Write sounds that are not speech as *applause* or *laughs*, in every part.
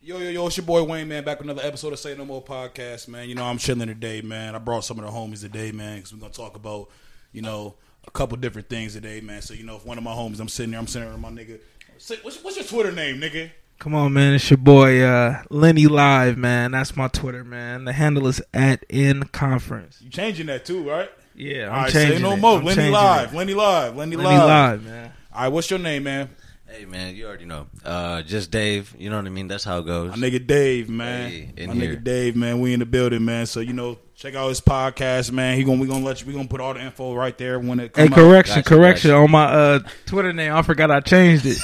yo, it's your boy Wayne, man. Back with another episode of Say No More podcast, man. You know, I'm chilling today, man. I brought some of the homies today, man, because we're gonna talk about, you know, a couple different things today, man. So you know, if one of my homies, I'm sitting there, I'm sitting there with my nigga. Say, what's, what's your Twitter name, nigga? Come on, man. It's your boy uh, Lenny Live, man. That's my Twitter, man. The handle is at in conference. You changing that too, right? Yeah, I'm All right, changing say no it. more. I'm Lenny changing live, it. Lenny live, Lenny Lenny live. Live, man. All right, what's your name, man? Hey man, you already know. Uh, just Dave. You know what I mean. That's how it goes. My nigga Dave, man. Hey, in My here. nigga Dave, man. We in the building, man. So you know, check out his podcast, man. He gonna we gonna let you. We gonna put all the info right there when it Hey, comes. correction, Gotcha, correction gotcha. on my uh, Twitter name. I forgot I changed *laughs* it.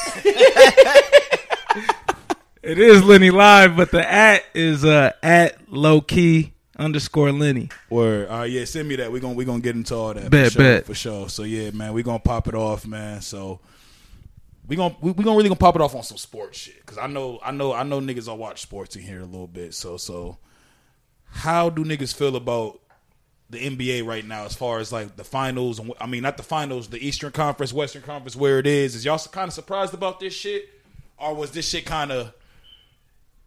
it is Lenny Live, but the at is uh, at low key underscore Lenny. Word. All right, yeah, send me that. We're gonna we gonna get into all that. for Bet, sure, bet. for sure. So yeah, man, we're gonna pop it off, man. So we gonna we, we gonna really gonna pop it off on some sports shit. Cause I know I know I know niggas all watch sports in here a little bit. So so how do niggas feel about the NBA right now as far as like the finals and wh- I mean not the finals, the Eastern Conference, Western Conference, where it is. Is y'all kind of surprised about this shit? Or was this shit kind of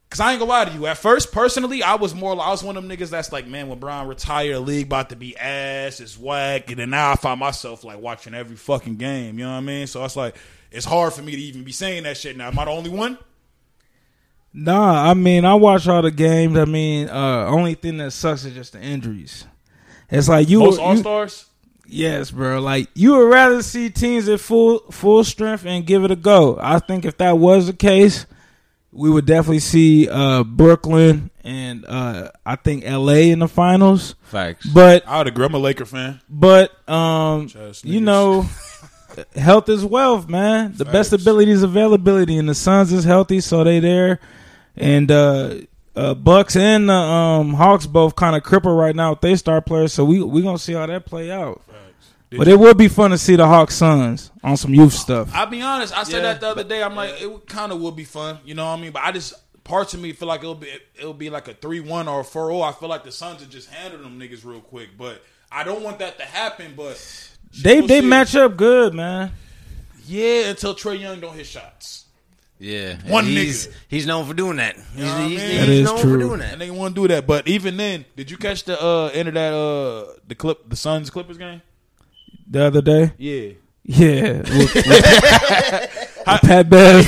Cause I ain't gonna lie to you. At first, personally, I was more. I was one of them niggas that's like, man, when Brian retired, the league about to be ass, it's whack. And then now I find myself like watching every fucking game. You know what I mean? So it's like, it's hard for me to even be saying that shit now. Am I the only one? Nah, I mean, I watch all the games. I mean, uh, only thing that sucks is just the injuries. It's like you, Most you- All Stars. yes, bro. Like you would rather see teams at full full strength and give it a go. I think if that was the case, we would definitely see uh, Brooklyn and uh, I think L.A. in the finals. Facts. But I would agree. I'm a Laker fan. but um, Just you niggas. know, health is wealth, man. The best Facts. ability is availability, and the Suns is healthy, so they there. And uh, uh, Bucks and the um, Hawks both kind of crippled right now with their star players, so we we gonna see how that play out. Did But it would be fun to see the Hawks Suns on some youth stuff. I'll be honest. I said Yeah, that the other day. I'm like, it kind of would be fun. You know what I mean? But I just parts of me feel like it'll be it'll be like a three one or a four zero. I feel like the Suns have just handled them niggas real quick. But I don't want that to happen. But They we'll they see. match up good, man. Yeah, until Trey Young don't hit shots. yeah, and One he's, nigga. He's known for doing that. He's, know what I he's, mean? he's That is known true. for doing And that. they want to do that. But even then, did you catch the uh end of that uh the clip the Suns Clippers game? The other day, Yeah. *laughs* yeah, with, with- with Pat Bev.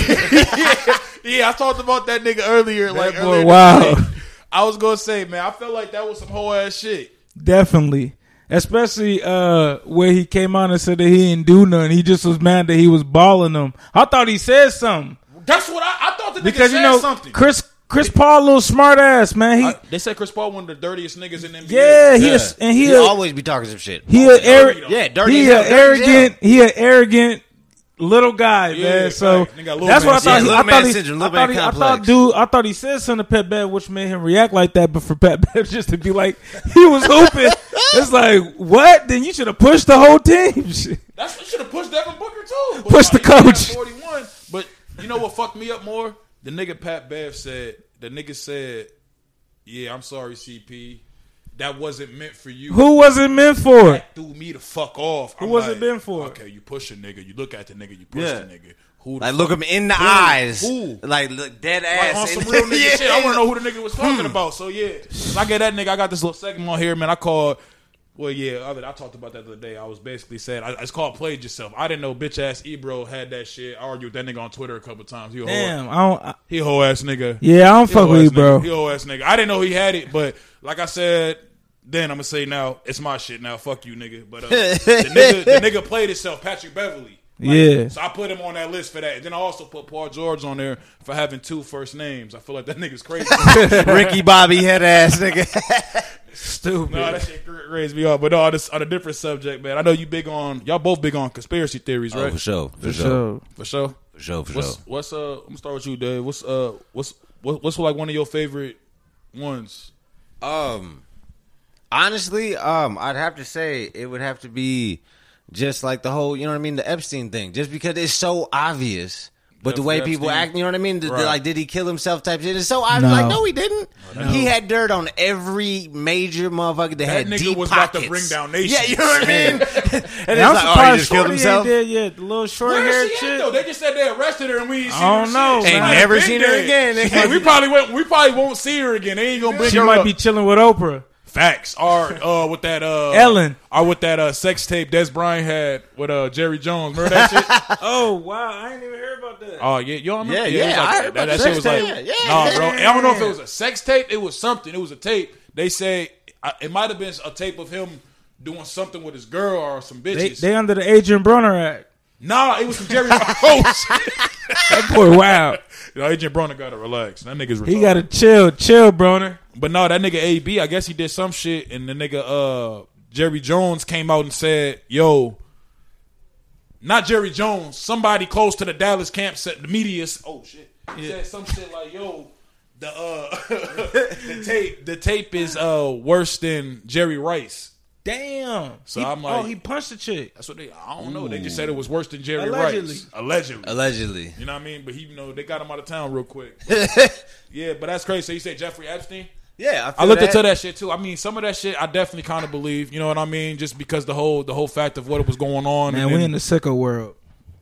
Yeah, I talked about that nigga earlier. like boy earlier this wild. week. I was gonna say, man, I felt like that was some whole ass shit. *laughs* Definitely. Especially uh where he came out and said that he didn't do nothing. He just was mad that he was balling them. I thought he said something. That's what I, I thought the nigga Because said you know something. Chris Chris Paul a little smart ass, man. He I- they said Chris Paul one of the dirtiest niggas in the NBA. yeah, he Yeah. is and he He'll a, always be talking some shit. he a dirty, arro- though. yeah, dirty. he as a hell, dirty as hell. arrogant he a arrogant little guy, Yeah, man. right. So Nigga, little that's man what I thought. syndrome. he, I Yeah, little thought man he, syndrome, I little thought, man he, I thought complex. dude, I thought he said something to Pat Bev, which made him react like that. But for Pat *laughs* Bev just to be like he was hooping, it's like what? Then you should have pushed the whole team. *laughs* Shit. That's what should have pushed Devin Booker too. But Push the like, he got coach. Forty-one. But you know what fucked me up more? The nigga Pat Bev said. The nigga said, "Yeah, I'm sorry, CP. That wasn't meant for you. Who was it meant for? threw me the fuck off? Who was it been for? Okay, you push a nigga. You look at the nigga. You push Yeah. the nigga. Who the Like fuck- look him in the Who? eyes. Who? Like look dead Like, ass. on some And- *laughs* real nigga Yeah. Hmm. shit. I want to know who the nigga was talking about. So yeah, 'Cause I get that nigga. I got this little segment on here, man. I called. Well, yeah, other I talked about that the other day. I was basically saying I, it's called played yourself. I didn't know bitch ass Ebro had that shit. I argued with that nigga on Twitter a couple times. He a whole, Damn, I don't. I, he a whole ass nigga. yeah, I don't He a fuck whole with ass you, bro. Nigga. He a whole ass nigga. I didn't know he had it, but like I said. Then I'm gonna say now it's my shit now. Fuck you, nigga. *laughs* But uh, the, nigga, the nigga played itself. Patrick Beverly. Yeah. So I put him on that list for that. And then I also put Paul George on there for having two first names. I feel like that nigga's crazy. *laughs* Ricky Bobby head ass nigga. *laughs* Stupid. no, that shit cra- crazy me off. But no, on, this, on a different subject, man. I know you big on y'all both big on conspiracy theories, right? for sure. For, sure. so For sure. For sure. For What's sure. what's uh? I'm gonna start with you, Dave. What's uh? What's what, what's like one of your favorite ones? Um, honestly, um, I'd have to say it would have to be just like the whole, you know what I mean, the Epstein thing, just because it's so obvious But the way Jeffrey people Epstein. act, you know what I mean? The- the, Right. like, did he kill himself? Type shit. And so I was No. like, no, he didn't. He had dirt on every major motherfucker that, had nigga deep was about to pockets. bring down nations. Yeah, you know what I mean. and *laughs* it's And I'm like, surprised oh, he just Shorty killed ain't himself. dead yet. The little short Where haired is she at, though? chick. They just said they arrested her and we ain't seen I her don't know, shit. She man. might have Never been seen her dead. again. Shit, we probably won't, we probably won't see her again. They ain't gonna bring She her might up. be chilling with Oprah. Facts are uh, with that uh, Ellen. or with that uh, sex tape Des Bryant had with uh, Jerry Jones. Remember that *laughs* shit? Oh wow, I ain't even heard about that. Oh yeah, y'all remember? it Yeah, was yeah, I like- heard that, about that the shit was sex like, tape. Yeah, yeah, nah, yeah. bro. I don't know if it was a sex tape. It was something. It was a tape. They say I, it might have been a tape of him doing something with his girl or some They, bitches. they under the Adrian Broner Act. nah, it was some Jerry. oh *laughs* shit! That boy, wow, You know, Agent Broner gotta relax. That nigga's he retarded. got to chill, chill, Broner. But no, that nigga AB, I guess he did some shit, and the nigga uh Jerry Jones came out and said, "Yo, not Jerry Jones, somebody close to the Dallas camp said the media. s- Oh shit, he said some shit like, yo." The uh *laughs* the tape the tape is uh worse than Jerry Rice. Damn. So He- I'm like- oh, he punched the chick. That's what they I don't know. They just said it was worse than Jerry Allegedly. Rice. Allegedly. Allegedly, You know what I mean? But he you know they got him out of town real quick. yeah, but that's crazy. So you say Jeffrey Epstein? yeah. I looked into that shit too. I mean, some of that shit I definitely kind of believe. You know what I mean? Just because the whole the whole fact of what was going on. Man, and we then- in the sicko world.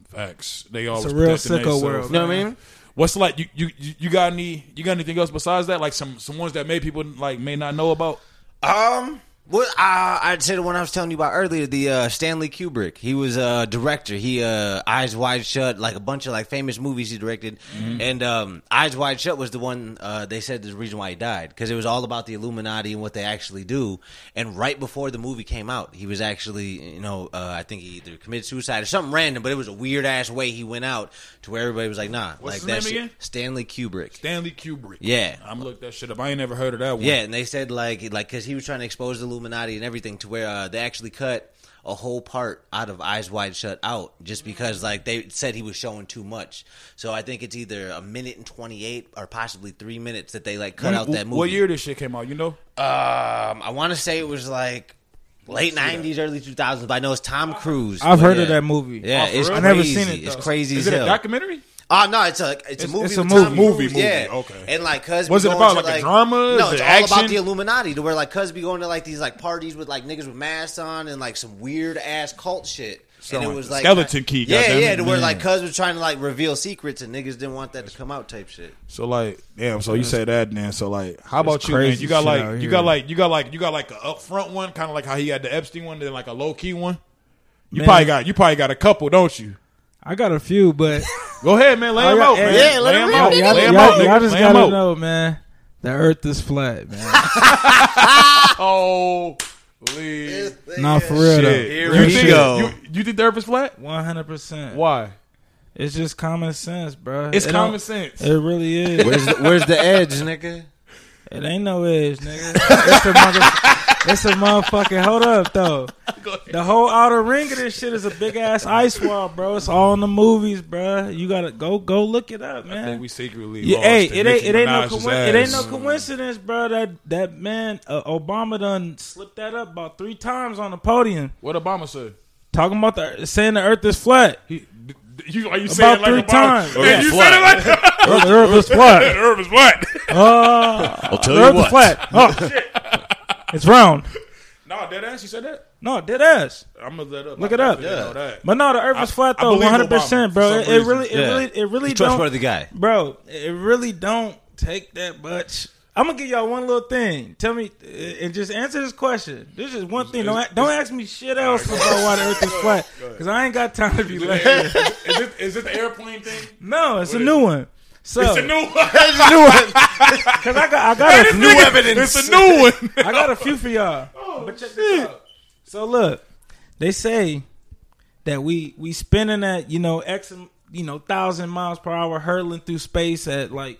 facts. They always a real protecting sicko themselves. world, You know what I mean? What's like you, you you you got any you got anything else besides that? Like some some ones that may people like may not know about. Um, well, I, I'd say the one I was telling you about earlier, the uh, Stanley Kubrick. He was a director. He uh, Eyes Wide Shut, like a bunch of like famous movies he directed, Mm-hmm. and um, Eyes Wide Shut was the one uh, they said is the reason why he died because it was all about the Illuminati and what they actually do. And right before the movie came out, he was actually, you know, uh, I think he either committed suicide or something random, but it was a weird ass way he went out to where everybody was like, nah, like his that name shit. again? Stanley Kubrick. Stanley Kubrick. Yeah. I'm looked that shit up. I ain't never heard of that one. Yeah, and they said like like because he was trying to expose the Illuminati and everything to where uh, they actually cut a whole part out of Eyes Wide Shut out just Mm. because like they said he was showing too much. So I think it's either a minute and twenty eight or possibly three minutes that they like When- cut out that movie. What year this shit came out? You know, Um, I want to say it was like late nineties, early two thousands. But I know it's Tom Cruise. I've but heard of yeah. that movie. Yeah, Oh, for it's real? I crazy. never seen it, It's though. crazy is as it a hell. documentary? Oh no, it's a it's, a movie. it's a with movie. Tom Movie, Cruise, movie, Yeah. okay. And like Cosby Was it going about, to, like, a drama? No, Is it's it all action? about the Illuminati. To where like Cosby going to like these like parties with like niggas with masks on and like some weird ass cult shit. and like it was like Skeleton Key, Yeah, goddamn yeah. it, To where man. like Cuz was trying to like reveal secrets and niggas didn't want that to come out type shit. So like, damn. So you say that, man. So like, how about you, man? crazy You got shit out like, you here. got like, you got like, you got like an upfront one, kind of like how he had the Epstein one, then like a low key one. You Man. probably got, you probably got a couple, don't you? I got a few, but *laughs* Go ahead, man. Lay Oh, him yeah, out, yeah, man. yeah, let lay him him rip out. it, y'all, Lay y'all, him out. y'all just Lay him gotta out. know, man. The Earth is flat, man. *laughs* Oh, please. Nah, for real Shit. Here you we think, go. You, you think the earth is flat? though. One hundred percent. Why? It's just common sense, bro. It's It don't- common sense. It really is. Where's the, where's the edge, nigga? it ain't no edge, nigga. It's a, mother- it's a motherfucking. Hold up, though. The whole outer ring of this shit is a big ass ice wall, bro. It's all in the movies, bro. You gotta go go look it up, man. I think we secretly Yeah, lost hey, to it ain't Nicki it ain't no Minaj's coinc- it ain't no ass. coincidence, bro. That that man uh, Obama done slipped that up about three times on the podium, What Obama said. talking about the saying the Earth is *laughs* flat. He, d- d- you, are you About saying it three like Obama? times. Oh, Yeah, Yeah, you said it like that? Earth, the Earth is The *laughs* flat. earth is flat. *laughs* Uh, I'll the Earth is flat. Oh, it's round. nah, dead ass. You said that. No, dead ass. I'm gonna let up. Look it up. definitely know that. But no, the Earth I- is flat I though, believe one hundred percent, Obama bro. for It, some it reason. really, it Yeah. really, it really He's don't, trustworthy guy. bro. It really don't take that much. I'm gonna give y'all one little thing. Tell me uh, and just answer this question. This is one thing. Don't a- don't ask me shit else about why the Earth is flat because I ain't got time to be *laughs* late. is, it, is it the airplane thing? No, it's a new one. So It's a *laughs* new one. because I got I got a, Nigga, It's a *laughs* new one. I got a few for y'all. but check this out. So look, they say that we we spinning at you know x you know thousand miles per hour hurtling through space at like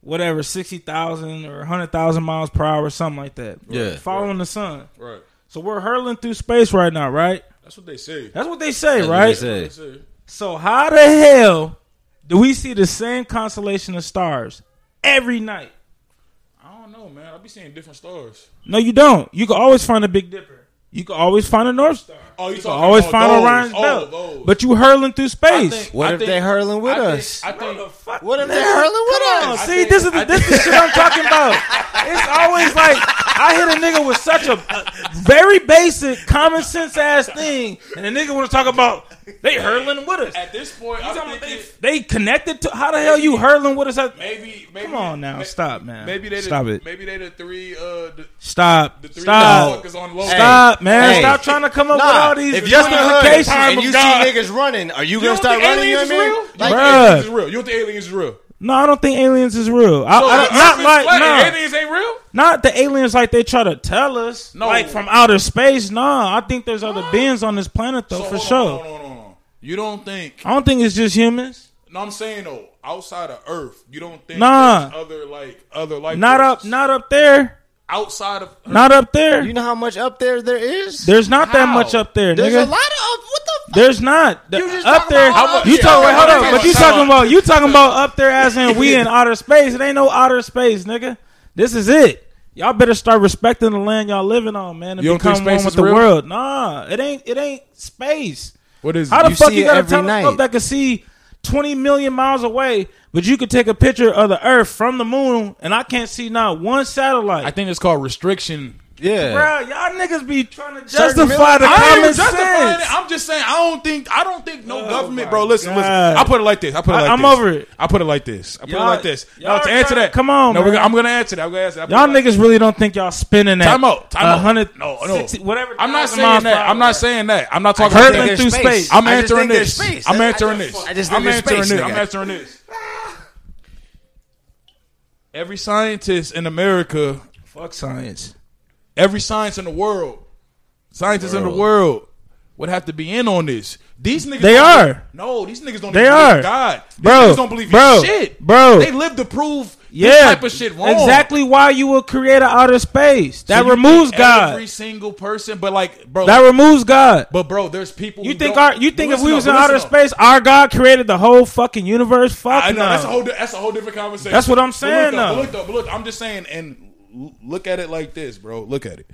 whatever sixty thousand or hundred thousand miles per hour something like that. Yeah. following the sun. Right. So we're hurling through space right now, right? That's what they say. That's what they say, That's what right? they say. That's it. So how the hell do we see the same constellation of stars every night? I don't know, man. I be seeing different stars. No, you don't. You can always find a Big Dipper. You can always find a North Star. Oh, you You can talking always about find those, Orion's oh, belt. those. But you hurling through I space. think- What I if think- they hurling with I think- us? I think What if they hurling with Come on, us? see, this is the, this is the shit I'm talking about. It's always like I hit a nigga with such a very basic, common sense ass thing, and the nigga want to talk about they hurling with us. at this point, You talking I'm about They, thinking they connected to how the hell you hurling with us? At, maybe, maybe. Come on now, may- stop, man. Maybe they the- stop it. Maybe they the three. Uh, the, Stop. the three Stop. motherfuckers on low. Stop, man. Hey. Stop trying to come up Nah, with all these if you're in the hood justifications. Time and of you God. see niggas running, are you, You gonna don't start think running? You know aliens what I mean? is real? You Bruh. don't think aliens is real? You don't think aliens is real? No, I don't think aliens is real. I, So, the I, not Earth is like flat and nah. aliens ain't real. Not the aliens like they try to tell us. No. Like from outer space. Nah, I think there's other beings on this planet though, So, for hold on, sure. hold on, hold on, hold on. You don't think? I don't think it's just humans. No, I'm saying though, outside of Earth, you don't think Nah. there's other like other life Not up forces? not up there. outside of Earth. Not up there. You know how much up there there is? There's not that How? much up there, There's nigga. a lot of up. What the? Fuck? There's not. The- You just up talking there. about How up you there. talking wait, hold How up, much- but you how talking much- about you talking about up there as in we in outer space. It ain't no outer space, nigga. This is it. Y'all better start respecting the land y'all living on, man, and You don't become think one space with is the real? world. Nah, it ain't it ain't space. What is How the You fuck see you it got a every telescope night. that can see 20 million miles away, but you could take a picture of the Earth from the moon, and I can't see not one satellite. I think it's called restriction. Yeah. Bro, y'all niggas be trying to Certain justify the million- I ain't common even justifying sense. it. I'm just saying I don't think I don't think no Oh my government, bro. Listen, listen. God. I put it like this. I put it I- like I'm this. over it. I put it like this. I put Y'all- it like this. y'all No, to answer tryna- that, come on, No, we're man. gonna- I'm gonna answer that. I'm gonna answer that. I put Y'all it like- niggas really don't think y'all spinning that. Time out. Time out. 100, No, no. 60 whatever. I'm not thousand miles saying per that. I'm hour. not saying that. I'm not talking heard about that that. through there's space. I'm I just answering think there's this. space. I'm That's- answering I just- this. I just think I'm there's answering space, this. nigga. I'm answering this. Every scientist in America, Fuck science. every science in the world, scientists in the world would have to be in on this. These niggas They don't- are. No, these niggas don't They even are. believe God. These Bro, niggas don't believe in bro, shit. bro. They live to prove this Yeah. type of shit wrong. Exactly why you would create an outer space. So That you removes think God. Every single person, but like bro that removes God. But bro, there's people. You who think don't- our you think if Listen we up, was in listen outer up. space, our God created the whole fucking universe? Fuck I know no. that's a whole di- that's a whole different conversation. That's what I'm But Look, saying, though, though. but look, though, but look, I'm just saying, and l- look at it like this, bro. Look at it.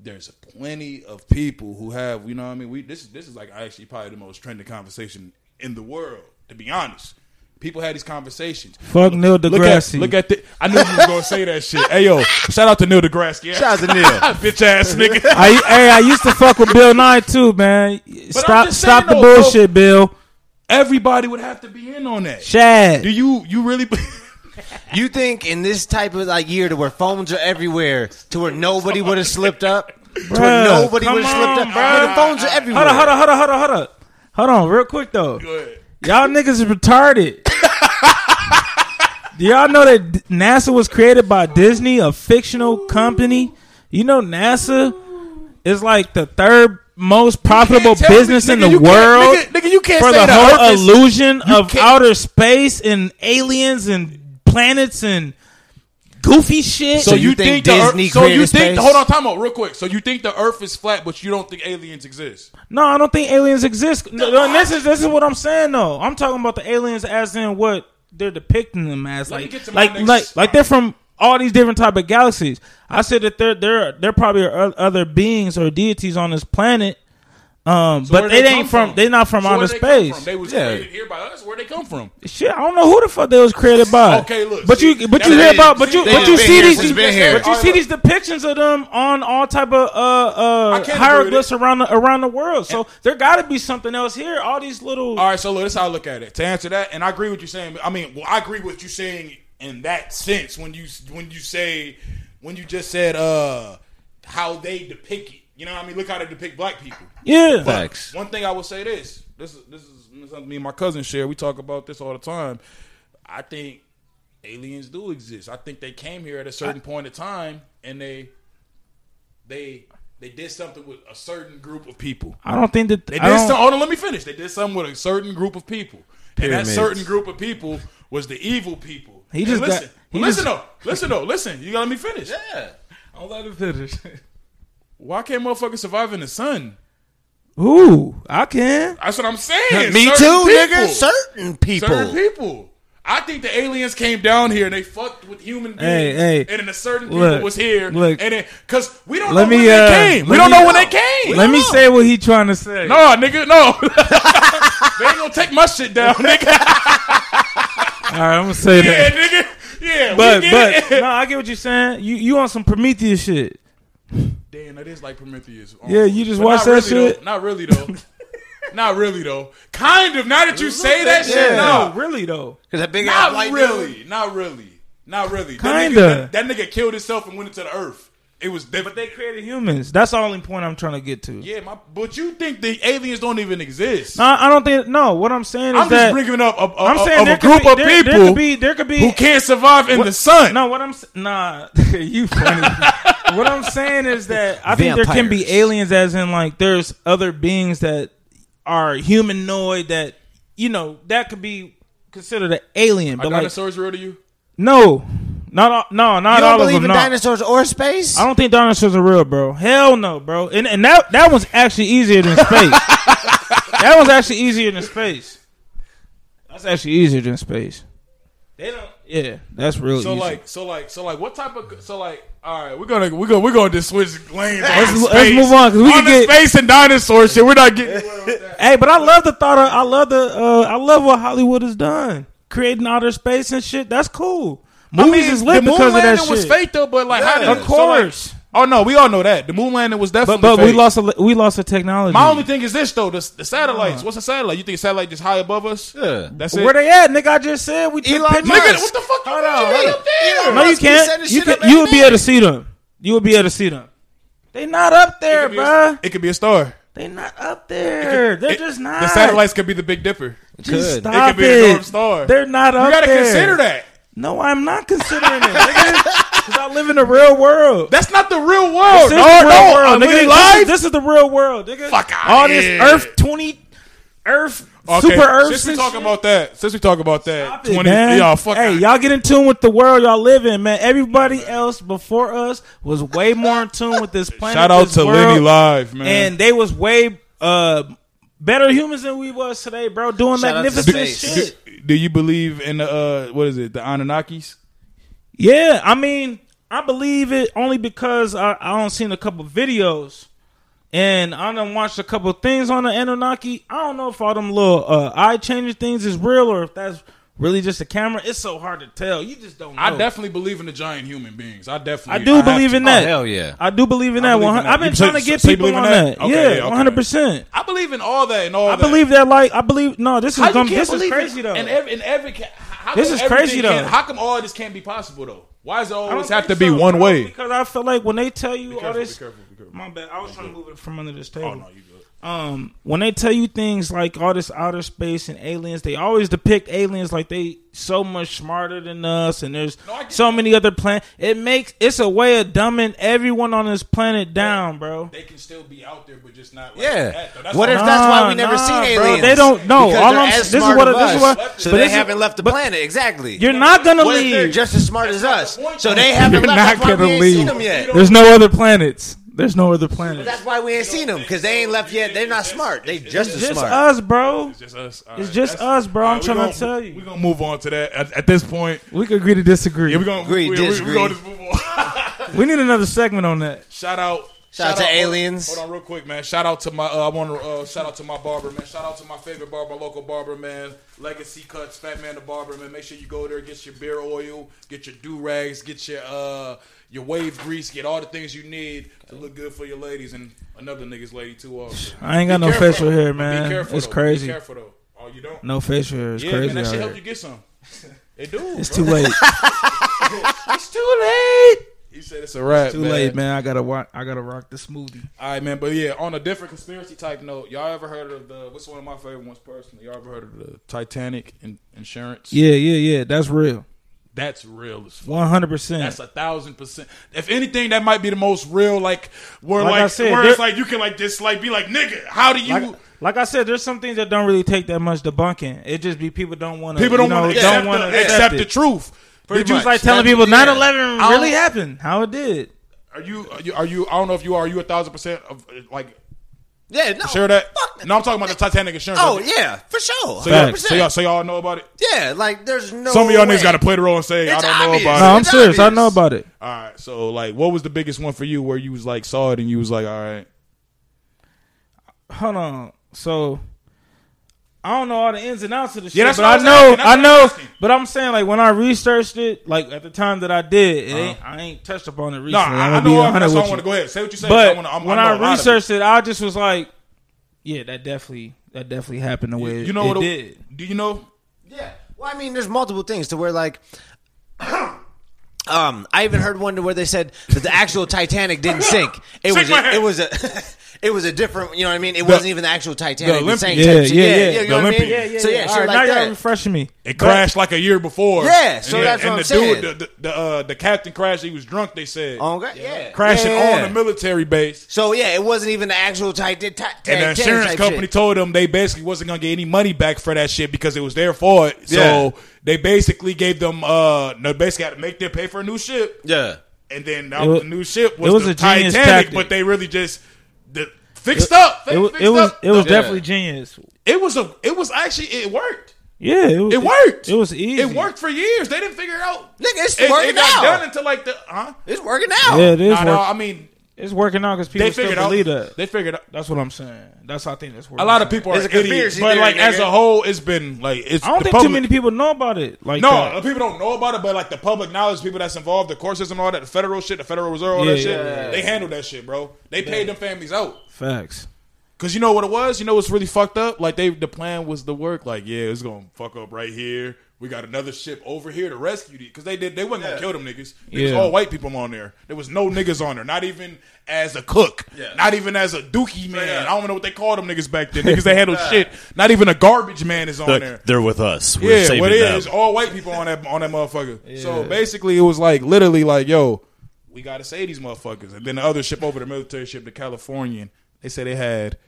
There's plenty of people who have, you know, what I mean, we this this is like actually probably the most trending conversation in the world. To be honest, people had these conversations. Fuck Neil Look at deGrasse. look at the. I knew you was gonna say that shit. Hey yo, shout out to Neil deGrasse. Yeah. *laughs* Shout out to Neil. bitch ass *laughs* nigga. I, hey, I used to fuck with Bill Nye too, man. Stop, just stop the saying, though, bullshit, Bill. Everybody would have to be in on that. Shad. Do you you really? *laughs* You think in this type of like year to where phones are everywhere, to where nobody would have slipped up, to Bruh, where nobody come would have slipped on, up. Where bruh. the phones are everywhere. Hold on, hold on, hold on, hold on, hold on. Hold on, real quick though. Go ahead. Y'all niggas is retarded. Do y'all know that D- NASA was created by Disney, a fictional company? You know NASA is like the third most profitable Can't tell me- business in nigga, the you can't- world nigga, nigga, you can't for say the the whole Earth is- illusion of outer space and aliens and planets and goofy shit. So, you, think, the Disney Earth, so you created think space? hold on time out real quick. So you think the Earth is flat, but you don't think aliens exist? No, I don't think aliens exist. No, no, this is this is what I'm saying though. I'm talking about the aliens as in what they're depicting them as, Let me like get to my like next- like like they're from all these different type of galaxies. I said that there there there probably are o- other beings or deities on this planet, um, So but where they, they ain't come from, from? they not from So outer where they come space. from? They was Yeah. created here by us. Where they come from? Shit, I don't know who the fuck they was created by. Okay, look, but see, you but that you hear means- about but see, you they but just you been see here these since been here. but you see these depictions of them on all type of uh I uh can't hieroglyphs agree around the around the world. So there got to be something else here. All these little All right, so look, this is how I look at it. To answer that, and I agree with you saying. I mean, well, I agree with you saying in that sense when you when you say when you just said uh how they depict it. You know, what I mean, look how they depict black people. yeah. Facts. One thing I will say this: this is this is something me and my cousin share. We talk about this all the time. I think aliens do exist. I think they came here at a certain point of time, and they they they did something with a certain group of people. I don't think that They I did don't, some, hold on, let me finish. They did something with a certain group of people, and that Pyramids. certain group of people was the evil people. He And just got- listen, he listen just- though, listen though, listen. You gotta let me finish. Yeah. Don't let it finish. Why can't motherfuckers survive in the sun? Ooh, I can. That's what I'm saying. Me Certain too, people. nigga. Certain people. certain people. I think the aliens came down here and they fucked with human beings, Hey, hey. and then a certain Look, people was here, look. and then because we don't know Let me, when uh, they came, let we don't me- know when they came. Let me say what he trying to say. no, nigga, no, *laughs* they ain't gonna take my shit down, *laughs* nigga. All right, I'm gonna say Yeah, that. nigga, yeah, we But get but it. no, I get what you're saying. You you on some Prometheus shit? Damn, that is like Prometheus. Yeah, you just But watch not that really, shit? Though. Not really though. not really though. Kind of. Now that you say that shit, no, no, really though. Because that big ass not white really, dude. not really, not really. Kinda. That nigga, that, that nigga killed himself and went into the earth. It was, but They created humans. That's the only point I'm trying to get to. Yeah, my, but you think the aliens don't even exist? No, I don't think. No, what I'm saying is I'm that just bringing up a, a, I'm a- saying of there a group could be- of there- people There could be there could be who can't survive in the sun. No, what I'm s- nah, *laughs* you funny. what I'm saying is that I think there can be Vampires. aliens, as in like there's other beings that are humanoid that you know that could be considered an alien, Are but like dinosaurs real to you? no, not all, no, not You don't all of believe them. in no. dinosaurs or space? I don't think dinosaurs are real, bro. Hell no, bro. And and that that one's actually easier than space. *laughs* that one's actually easier than space. That's actually easier than space. They don't. Yeah, that's real. So easy. like, so like, so like, what type of so like? All right, we're gonna we're gonna we're gonna just switch lanes. Let's- on the let's space. move on, 'cause we on can the get- space and dinosaur shit. We're not getting. Hey, but I love the thought of I love the uh, I love what Hollywood has done. Creating outer space and shit. That's cool. Movies is the lit moon because of that landing shit. was fake though, but like, how Yeah. did Of so, like- course. oh no, we all know that the moon landing was definitely. But but we fake. lost a, we lost the technology. My only thing is this though: the, the satellites. What's a satellite? You think a satellite just high above us? Yeah. That's it. Where they at, nigga? I just said we took Elon pictures. Musk. Nigga, what the fuck? You Hold got on, you hold up there? Elon No, you Musk be can't. sending You shit can, up you every would be day. able to see them. You would be able to see them. They not up It there, could be a- bruh. It could be a star. They not up there. They're It- just not. The satellites could be the Big Dipper. Just Good. It could stop be a North Star. They're not up You gotta there. consider that. No, I'm not considering it. *laughs* Because I live in the real world. That's not the real world. This No, is the real no, world, nigga, nigga. you This, is, lied. this is the real world, nigga. Fuck outta All this here. Earth twenty, Earth Okay, super Earth. Since we talking about that, since we talk about that, Stop it, twenty, man. y'all fuck. hey, out. y'all get in tune with the world y'all live in, man. Everybody else before us was way more in tune with this planet. Shout out this to world, Lenny Live, man. and they was way uh, better humans than we was today, bro. Doing Shout out to magnificent space. shit. do, do you believe in the uh, what is it? The Anunnakis? Yeah, I mean, I believe it only because I I don't seen a couple videos. And I done watched a couple things on the Anunnaki. I don't know if all them little uh, eye changing things is real or if that's really just a camera. It's so hard to tell. You just don't know. I definitely believe in the giant human beings. I definitely. Oh. I do believe in that. hell yeah. I do believe in that. believe in One, that. I've been You- so- trying to so- get so you people believe on in that? that. Okay, yeah, yeah, okay. one hundred percent. I believe in all that and all. I believe that. Like, I believe. No, this is dumb. This is crazy though. And every, in every ca- how This come is everything crazy, can't- though. How come all this can't be possible though? Why does it I don't always have to think be so, one bro, way? Because I feel like when they tell you all careful, this, be careful, be careful. my bad. I was trying to move it from under this table. Oh no, you good? um, when they tell you things like all this outer space and aliens, they always depict aliens like they so much smarter than us, and there's No, I get so many other planets. It makes it's a way of dumbing everyone on this planet down, bro. They can still be out there, but just not. Like Yeah. That, though. That's What if all- that's why we Nah, never nah, seen bro. aliens? They don't- no, Because all they're I'm- as this is smart what- of this is us, what- So but they this is- haven't left the but- planet. Exactly. You're not gonna what if they're leave. just as smart as us? the point, So though. they haven't left. That's why we ain't seen them yet. There's no other planets. There's no other planets. That's why we ain't seen them because they ain't left yet. They're not smart. They just as Just smart. us, bro. It's just us. All It's right, just that's- us, bro. all I'm we tryna gonna- tell you. We're gonna move on to that. At, at this point, We could agree to disagree. yeah, we're gonna Agree, we, we, we, disagree. gonna just move on. *laughs* we need another segment on that. shout out. Shout out to aliens. Hold on, real quick, man. Shout out to my. Uh, I want to uh, shout out to my barber, man. Shout out to my favorite barber, local barber, man. Legacy Cuts, Fat Man the Barber, man. Make sure you go there, get your beer oil, get your do rags, get your uh, your wave grease, get all the things you need to look good for your ladies and another nigga's lady too. Also, I ain't got Be no careful, facial though. hair, Be man. careful, It's though. crazy. Be careful though. Oh, you don't. No facial hair. It's yeah, crazy. man. That out should here. help you get *laughs* some. It do. It's bro. too late. *laughs* It's too late. He said it's a wrap. too late, man. I gotta rock. I gotta rock the smoothie. All right, man. But yeah, on a different conspiracy type note, y'all ever heard of the? What's one of my favorite ones personally? Y'all ever heard of the Titanic in, insurance? Yeah, yeah, yeah. That's real. That's real as fuck. One hundred percent. That's a thousand percent. If anything, that might be the most real. Like where, Like I like, said, where there- it's like you can like just like be like, nigga, how do you? Like, like I said, there's some things that don't really take that much debunking. It just be people don't want to. people don't want want to. to accept, Don't the- want to accept the truth. The Did you Jews like? like telling That- people yeah. 9/11 I don't- really happened. How it did. Are you? Are you? Are you? I don't know if you are. Are you a thousand percent of uh, like Yeah, no. Share that. Fuck that. No, I'm talking about the Titanic insurance. Oh I think. yeah, for sure. So y'all, 100%. so y'all, so y'all know about it. yeah, like there's no. Some of y'all way. niggas got to play the role and say I It's don't obvious. know about No, it. I'm It's serious. I obvious. know about it. All right. So like, what was the biggest one for you where you was like saw it and you was like, all right, Hold on. So I don't know all the ins and outs of the shit, that's but what I I was know, asking. That's I what I know. was asking. But I'm saying, like, when I researched it, like at the time that I did, it ain't, I ain't touched upon it recently. no, I'm Uh-huh. I, I gonna be know. I, 100 that's why I want with you. to go ahead. Say what you say. But I wanna, I'm, when know a I, lot of it. researched it. I just was like, yeah, that definitely, that definitely happened the way you know it what? did. Do you know? Yeah. Well, I mean, there's multiple things to where like. *clears throat* Um, I even heard one to where they said that the actual Titanic didn't sink. It Shake was my a, head. it was a *laughs* it was a different. You know what I mean? It wasn't even the actual Titanic. The, Olympic- same Yeah, type shit. yeah, yeah. you The know what I mean? Olympic. Yeah, So yeah, All shit right, like now that. y'all refreshing me. It crashed like a year before. Yeah, so and, that's and what I'm the saying. dude, the, the, uh, the captain crashed. He was drunk. They said Okay, yeah. crashing Yeah. on the military base. So yeah, it wasn't even the actual Titanic. And the insurance company told them they basically wasn't gonna get any money back for that shit because it was their fault. So Yeah. they basically gave them uh they basically had to make them pay for a new ship. yeah. And then now It wa- the new ship was, it was the a genius Titanic, tactic. but they really just the, fixed up. They It, wa- fixed it was up. it was The- definitely genius. it was a it was actually it worked. Yeah, it, was, It worked. It, was easy. It worked for years. They didn't figure it out. Nigga, it's it, working it got out. done until like the huh? It's working out. Yeah, it is. No, no, work- I mean it's working out because people they still figured out. believe that. They figured out. That's what I'm saying. That's how I think that's working. A lot of people are It's a conspiracy idiots, but theory, like as nigga. a whole, it's been like it's. I don't the think public- too many people know about it. Like uh, No, that. people don't know about it, but like the public knowledge, people that's involved, the court system, and all that, the Federal shit, the Federal Reserve, all Yeah, that shit, yeah, yeah, yeah. they handled that shit, bro. They paid them families out. facts. Cause you know what it was. You know what's really fucked up. Like they, the plan was to work. Like yeah, it's gonna fuck up right here. We got another ship over here to rescue these. Cause they did. They wasn't gonna kill them niggas. It was Yeah. all white people on there. There was no niggas on there. Not even as a cook. Yeah. Not even as a dookie man. I don't know what they called them niggas back then. Niggas they handled shit. Not even a garbage man is on there. they're with us. We're Yeah, saving what it them. is all white people on that on that *laughs* motherfucker. So basically, it was like literally like, yo, we gotta save these motherfuckers. And then the other ship over the military ship, the Californian, they said they had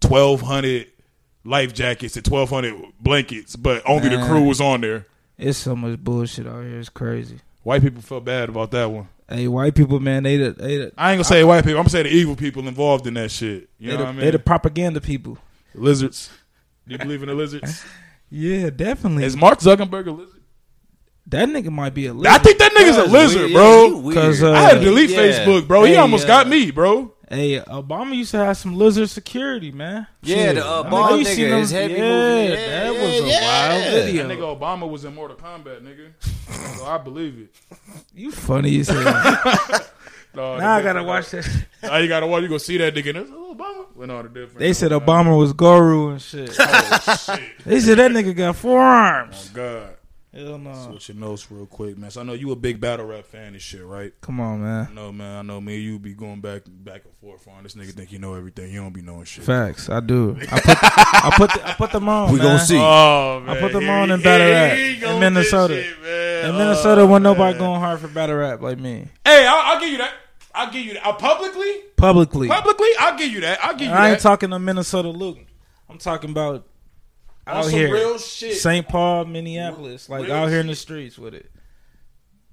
twelve hundred life jackets and twelve hundred blankets, but only the Man. crew was on there. It's so much bullshit out here. It's crazy. White people felt bad about that one. Hey, white people, man, they the they the, I ain't gonna say white people. I'm gonna say the evil people involved in that shit. You they, know the, what I they mean? the propaganda people. lizards. Do you believe in the *laughs* lizards? Yeah, definitely. Is Mark Zuckerberg a lizard? that nigga might be a I lizard. think that nigga's a lizard, bro. Cause, uh, I had to delete Yeah. Facebook, bro. He Hey, almost uh, got me, bro. Hey, Obama used to have some lizard security, man. Yeah, the, uh, I mean, bald you nigga, seen them- his heavy yeah, movie. Yeah, that was a yeah, wild yeah. video. That nigga Obama was in Mortal Kombat, nigga. so I believe it. You funny as hell. *laughs* now Nah, I nigga- gotta watch that. Now you gotta watch. You gonna see that nigga. And it's, oh, Obama went all the different. Oh, They said Obama was Guru and shit. they said that nigga got four arms. God. Hell no. Switch oh, your notes real quick, man. So I know you a big battle rap fan and shit, right? Come on, man. I know, man. I know, me. and You be going back, back and forth on this nigga. Think you know everything. You don't be knowing shit. Facts, I do. I put, I put, the, I put them on. We man. gonna see. Oh man, I put them Here on he- in battle here rap. he In go with Minnesota. this shit, man. In Oh, Minnesota, when nobody man. going hard for battle rap like me Hey, I'll, I'll give you that. I'll give you that. Uh, publicly, publicly. publicly, I'll give you that. I'll give you And I ain't that. talking to Minnesota Luke. I'm talking about On out some here, real shit. St. Paul, Minneapolis, like Real out here in the streets with it.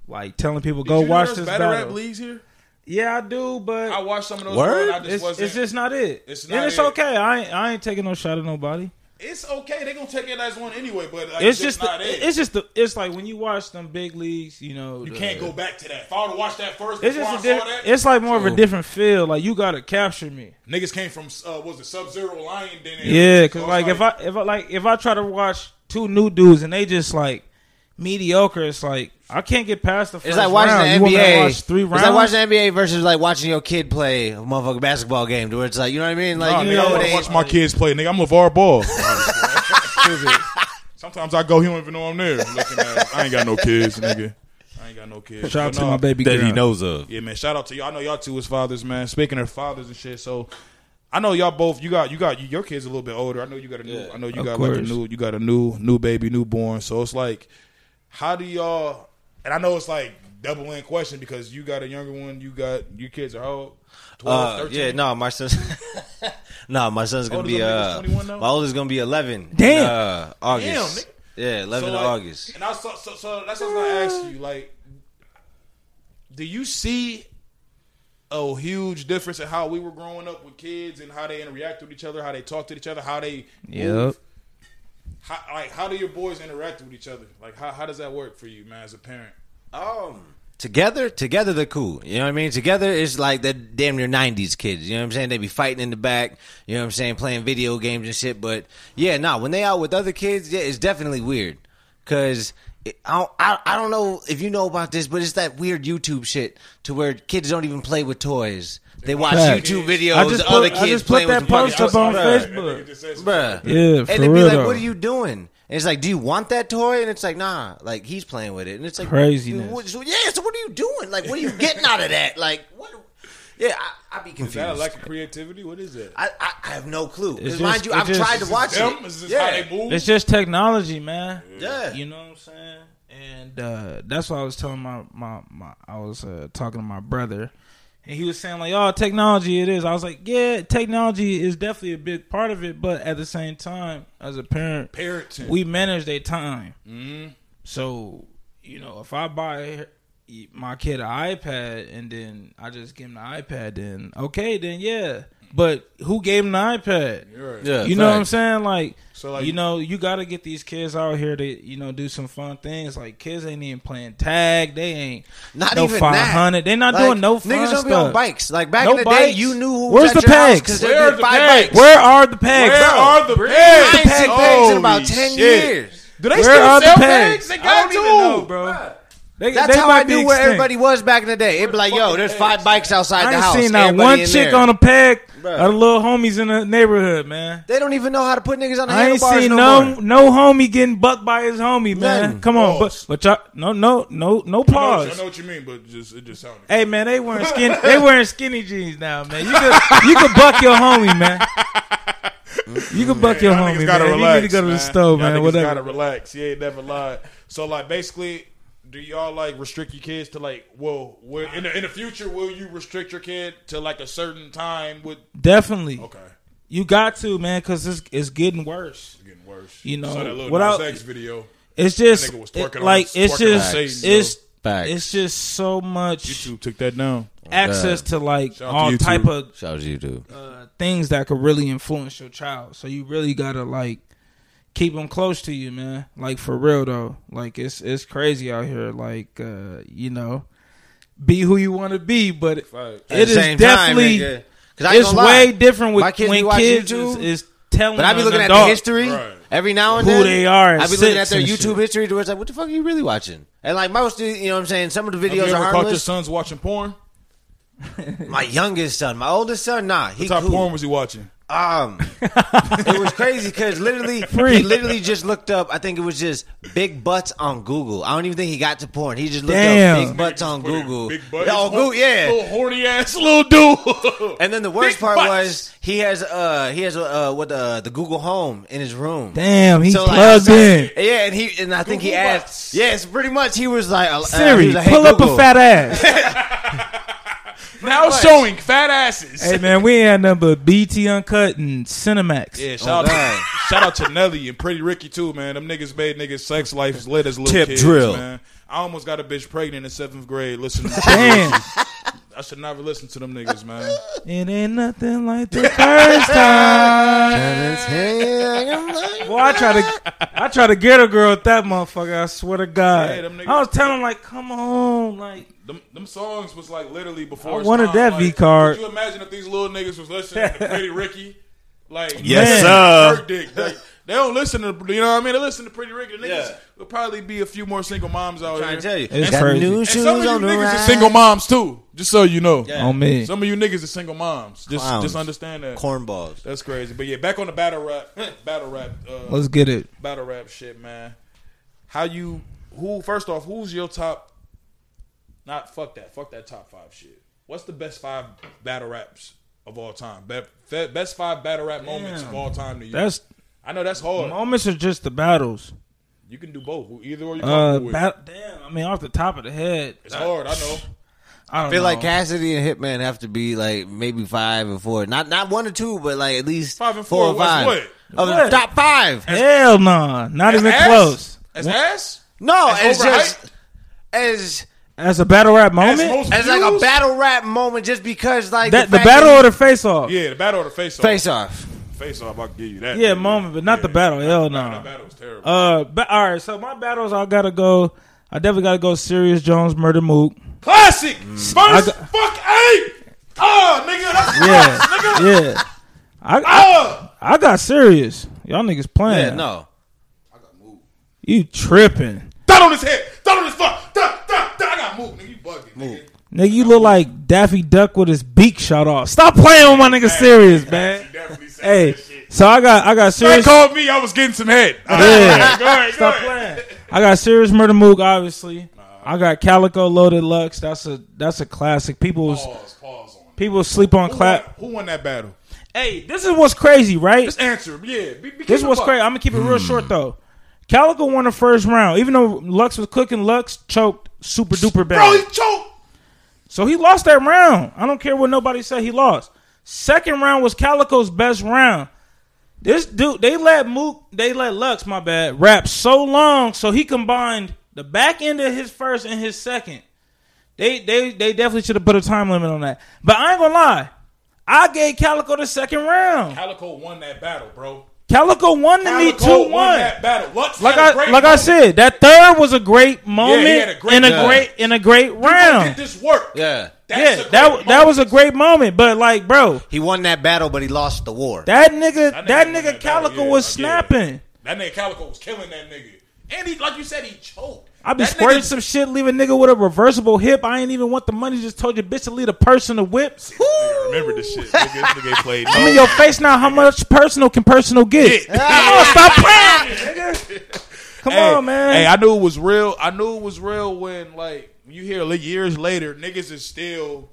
Like telling people, Did go you know watch there's this battle battle. rap leagues here. yeah, I do, but I watched some of those. Word? bro, and I just it's, wasn't. it's just not it. It's not and it's it. okay. I ain't, I ain't taking no shot at nobody. It's okay. They gonna take it as one anyway. But like, It's just, not the, it. it's just the, it's like when you watch them big leagues, you know, you can't go back to that. If I would have watched that first, It's before I just a saw different. that, It's like more of a different feel. Like you gotta capture me. niggas came from uh, what was it Sub Zero Lion? Then Yeah, because like if I if I like if I try to watch two new dudes and they just like mediocre, it's like I can't get past the first It's like watching round. You the want me to NBA. watch three rounds. It's like watching the NBA versus like watching your kid play a motherfucking basketball game, to where it's like you know what I mean. Like nigga, you I know want to they, watch my kids play. Nigga, I'm LeVar *laughs* Ball. Sometimes I go, he don't even know I'm there. Looking at, I ain't got no kids, nigga. I ain't got no kids. Shout out But to no, my baby that girl. he knows of. Yeah, man. Shout out to y'all. I know y'all two is fathers, man. Speaking of fathers and shit, so I know y'all both. You got you got your kids a little bit older. I know you got a new. I know you Of got like a course. new. You got a new new baby, newborn. So it's like, how do y'all? And I know it's like double end question because you got a younger one. You got your kids are how old? 12, Uh, 13? yeah, no, my son's *laughs* no, my son's gonna Oldest be gonna be uh, 21 now? my oldest gonna be eleven. Damn. in, uh, August. nigga. yeah, eleven So, in like, August. And I so, so, so that's what I was gonna ask you. Like, do you see a a huge difference in how we were growing up with kids and how they interact with each other, how they talk to each other, how they Yep. how, like how do your boys interact with each other? Like how how does that work for you, man, as a parent? Um, together, together they're cool. You know what I mean? Together is like the damn near '90s kids. You know what I'm saying? They be fighting in the back. You know what I'm saying? Playing video games and shit. But yeah, nah. When they out with other kids, yeah, it's definitely weird. Cause it, I, don't, I I don't know if you know about this, but it's that weird YouTube shit to where kids don't even play with toys. They watch Facts. YouTube videos. I just of other put- I kids just put playing that with the post fucking- up on Bruh, Facebook. that nigga just said something. bruh. Yeah, and for they'd be real like, though. "What are you doing?" And it's like, "Do you want that toy?" And it's like, "Nah." Like he's playing with it, and it's like Craziness. what- so- yeah. So what are you doing? Like, what are you getting out of that? Like, what? Yeah, I, I'd be Is that a confused. lack of creativity? What is that? I, I, I have no clue. 'Cause It's mind just- you, it I've just- tried to it's watch Them? it. Is this how yeah, they move? It's just technology, man. yeah. You know what I'm saying? And uh, that's what I was telling my my, my I was uh, talking to my brother, and he was saying like, "Oh, technology, it is." I was like, "Yeah, technology is definitely a big part of it, but at the same time, as a parent, Parenting. we manage their time. Mm-hmm. So you know, if I buy my kid an iPad and then I just give him the iPad, then okay, then yeah. But who gave him the iPad? You're right. yeah. you know what I'm facts. saying? Like, So, like- you know, you got to get these kids out here to, you know, do some fun things. Like, kids ain't even playing tag. They ain't Not no even that. 500. They not Like, doing no fun niggas don't stuff. be on bikes. Like back No in the day, bikes. you knew who Where's was the at your house pegs? 'cause Where there'd are be the five pegs? bikes. Where are the pegs? Where bro? are the Bring pegs? back the I ain't seen pegs. pegs in Holy about ten shit. years. Do they Where still are the sell pegs? pegs? They I got don't even know, two. bro. They, That's they how might I be knew where extinct. everybody was back in the day. It'd be like, yo, there's five bikes outside I the ain't house. seen not Everybody one in chick there. on a peg. Bruh. Of the little homies in the neighborhood, man. They don't even know how to put niggas on the I ain't handlebars seen no, no more. no homie getting bucked by his homie, man. Nothing. Come on, but Pause. but y'all no no no no I pause. know, I know what you mean, but just it just sounded. Hey man, *laughs* they wearing skinny they wearing skinny jeans now, man. You could you could buck your homie, man. You could buck your Y'all homie, niggas gotta man. relax. you need to go to the man. store, Y'all man. niggas Whatever. gotta relax. Yeah, never lied. So like, basically, do y'all like restrict your kids to like? Well, will- in the, in the future, will you restrict your kid to like a certain time? With Definitely, okay, you got to, man, because it's it's getting worse. it's getting worse. You know, Saw that little what Nas I- X video. It's just That nigga was it- twerking on like his- it's twerking on just Satan, yo. it's Facts. it's just so much YouTube took that down. access to like Shout out to all YouTube. type of Shout out to you, dude. uh, things that could really influence your child. So you really gotta like keep them close to you, man. Like for real though, like it's it's crazy out here. Like uh, you know, be who you want to be, but it Right. At the is same time, definitely nigga. 'Cause I ain't it's gonna lie. way different with My kids be when watching kids YouTube, is, is telling. But I be an looking at the adult. history Right. every now and Who then. they are at I be looking at six their and YouTube shit. history to where it's like, what the fuck are you really watching? And like most, of, you know what I'm saying? Some of the Have you videos ever are caught your harmless. sons watching porn? My youngest son, my oldest son, nah, he What type of cool. porn was he watching? Um, it was crazy because literally, he literally just looked up. I think it was just big butts on Google. I don't even think he got to porn. He just looked Damn. up big butts on Put in Google. Big butt. Yeah, on Google, yeah. Little horny ass little dude. And then the worst Big part butts. was he has uh he has uh what uh, the Google Home in his room. Damn, he So, like, Uh, plugged *laughs* in. Yeah, and he and I think he Google asked. butts. Yes, pretty much. He was like uh, he Siri, was like, hey, pull up Google. a fat *laughs* ass. now showing fat asses. hey man, we ain't had nothing but BT Uncut and Cinemax. Yeah, shout, out God. to, *laughs* shout out to Nelly and Pretty Ricky too, man. Them niggas made niggas sex life as lit as little Tip kids, drill. man. I almost got a bitch pregnant in seventh grade. Listen, *laughs* Damn. *laughs* I should never listen to them niggas, man. It ain't nothing like the first *laughs* time. Boy, I try to, I try to get a girl with that motherfucker. I swear to God, Yeah, them niggas- I was telling him like, come on, like Them, them songs was like literally before. I its wanted time. that Like, V-card. Could you imagine if these little niggas was listening to Pretty Ricky? Like Yes, man, Kirk Dick. Like, they don't listen to you know what I mean. They listen to Pretty Ricky. The niggas Yeah. will probably be a few more single moms out Trying here. to tell you, It's Got crazy. new And And shoes some of you on the niggas ride. are single moms too. Just so you know. Yeah. on me. Some of you niggas are single moms. Just Clowns. just understand that. cornballs. That's crazy. But yeah, back on the battle rap, *laughs* battle rap, uh, Let's get it. battle rap shit, man. How you? Who? First off, who's your top? Not fuck that. Fuck that top five shit. What's the best five battle raps of all time? Be, fe- best five battle rap moments of all time to you. That's I know that's hard. moments are just the battles. You can do both. Either or you Uh, comfortable with. bat- damn. I mean, off the top of the head, it's hard. I know. I don't I feel know. like Cassidy and Hitman have to be like maybe five or four, not not one or two, but like at least Five and four, four, or what's five what? of What? the top five. hell nah, not even As ass? close. As ass? No, As it's just as as a battle rap moment. most It's like a views? battle rap moment just because like that the fact battle that or the face off? Yeah, Yeah, the battle or the face off. face off. Face off. I can give you that. moment, but not the battle. Hell no. That battle was terrible. Uh, but all right. So my battles, I gotta go. I definitely gotta go. Serious Jones, Murder Mook. Classic. First Mm. I got- fuck eight. Oh, nigga, that's *laughs* Yeah, class, nigga. yeah. I, I Oh. I got serious. Y'all niggas playing? Yeah, no. I got moved. You tripping, Thud on his head. Thud on his fuck. Thud, thud, thud. I got moved, nigga. You bugging, nigga. nigga? You look like Daffy Duck with his beak shot off. Stop playing with my nigga. Serious man. You definitely said Hey, that shit. so I got I got They serious. called me. I was getting some head. All right, *laughs* go Yeah. ahead, go ahead, go Stop ahead. playing. I got serious murder mook, obviously. I got Calico Loaded Lux. That's a that's a classic. People's Pause. Pause on. people sleep Oh. on Who won, clap. who won that battle? Hey, this is what's crazy, right? Just answer. Yeah. Be, be This keep it up. was Mm. crazy. I'm gonna keep it real short though. Calico won the first round, even though Lux was cooking. Lux choked super duper bad, Bro, he choked. so he lost that round. I don't care what nobody said. He lost. Second round was Calico's best round. This dude, they let Mook, they let Lux, my bad, rap so long, so he combined the back end of his first and his second. They they they definitely should have put a time limit on that. But I ain't gonna lie, I gave Calico the second round. Calico won that battle, bro. Calico won to me Calico two one. that battle. Lux like had a I great like I moment. said, that third was a great moment had a great in a moment. great in a great Did round. this work? Yeah. That's yeah, a that great that moment. was a great moment. But like, bro, He won that battle, but he lost the war. that nigga won nigga that nigga, that battle, Calico yeah, was I get it. snapping. That nigga Calico was killing that nigga. And he, like you said, he choked. I be That squirting nigga- some shit, leave a nigga with a reversible hip. I ain't even want the money. Just told your bitch to leave a person to whip. Nigga, remember this shit. Nigga, this nigga ain't played. *laughs* I'm in No. your face now. How much personal can personal get? Come on, stop *laughs* playing, nigga. Come on, man. Hey, I knew it was real. I knew it was real when, like, you hear like, years later, niggas is still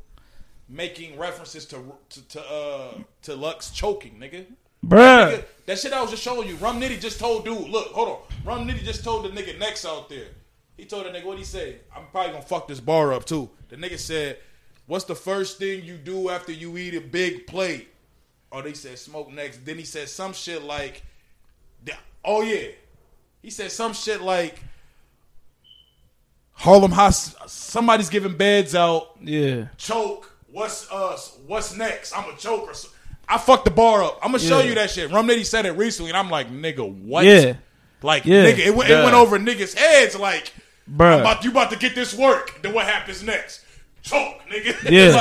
making references to to to, uh, to Lux choking, nigga. Bruh. Nigga, That shit I was just showing you. Rum Nitty just told dude, look, hold on. Rum Nitty just told the nigga next out there. He told the nigga, what he say? I'm probably gonna fuck this bar up too. The nigga said, What's the first thing you do after you eat a big plate? Oh, they said smoke next. Then he said some shit like "Da- Oh yeah. He said some shit like Harlem House somebody's giving beds out Yeah. choke. What's us? What's next? I'm a choker. I fucked the bar up. I'm gonna show Yeah. you that shit. Rum Nitty said it recently, and I'm like, nigga, what? Yeah. Like, Yeah. nigga, it, went it Yeah. went over niggas' heads. Like, Bruh. I'm about, you about to get this work. Then what happens next? Choke, nigga. *laughs* Yeah.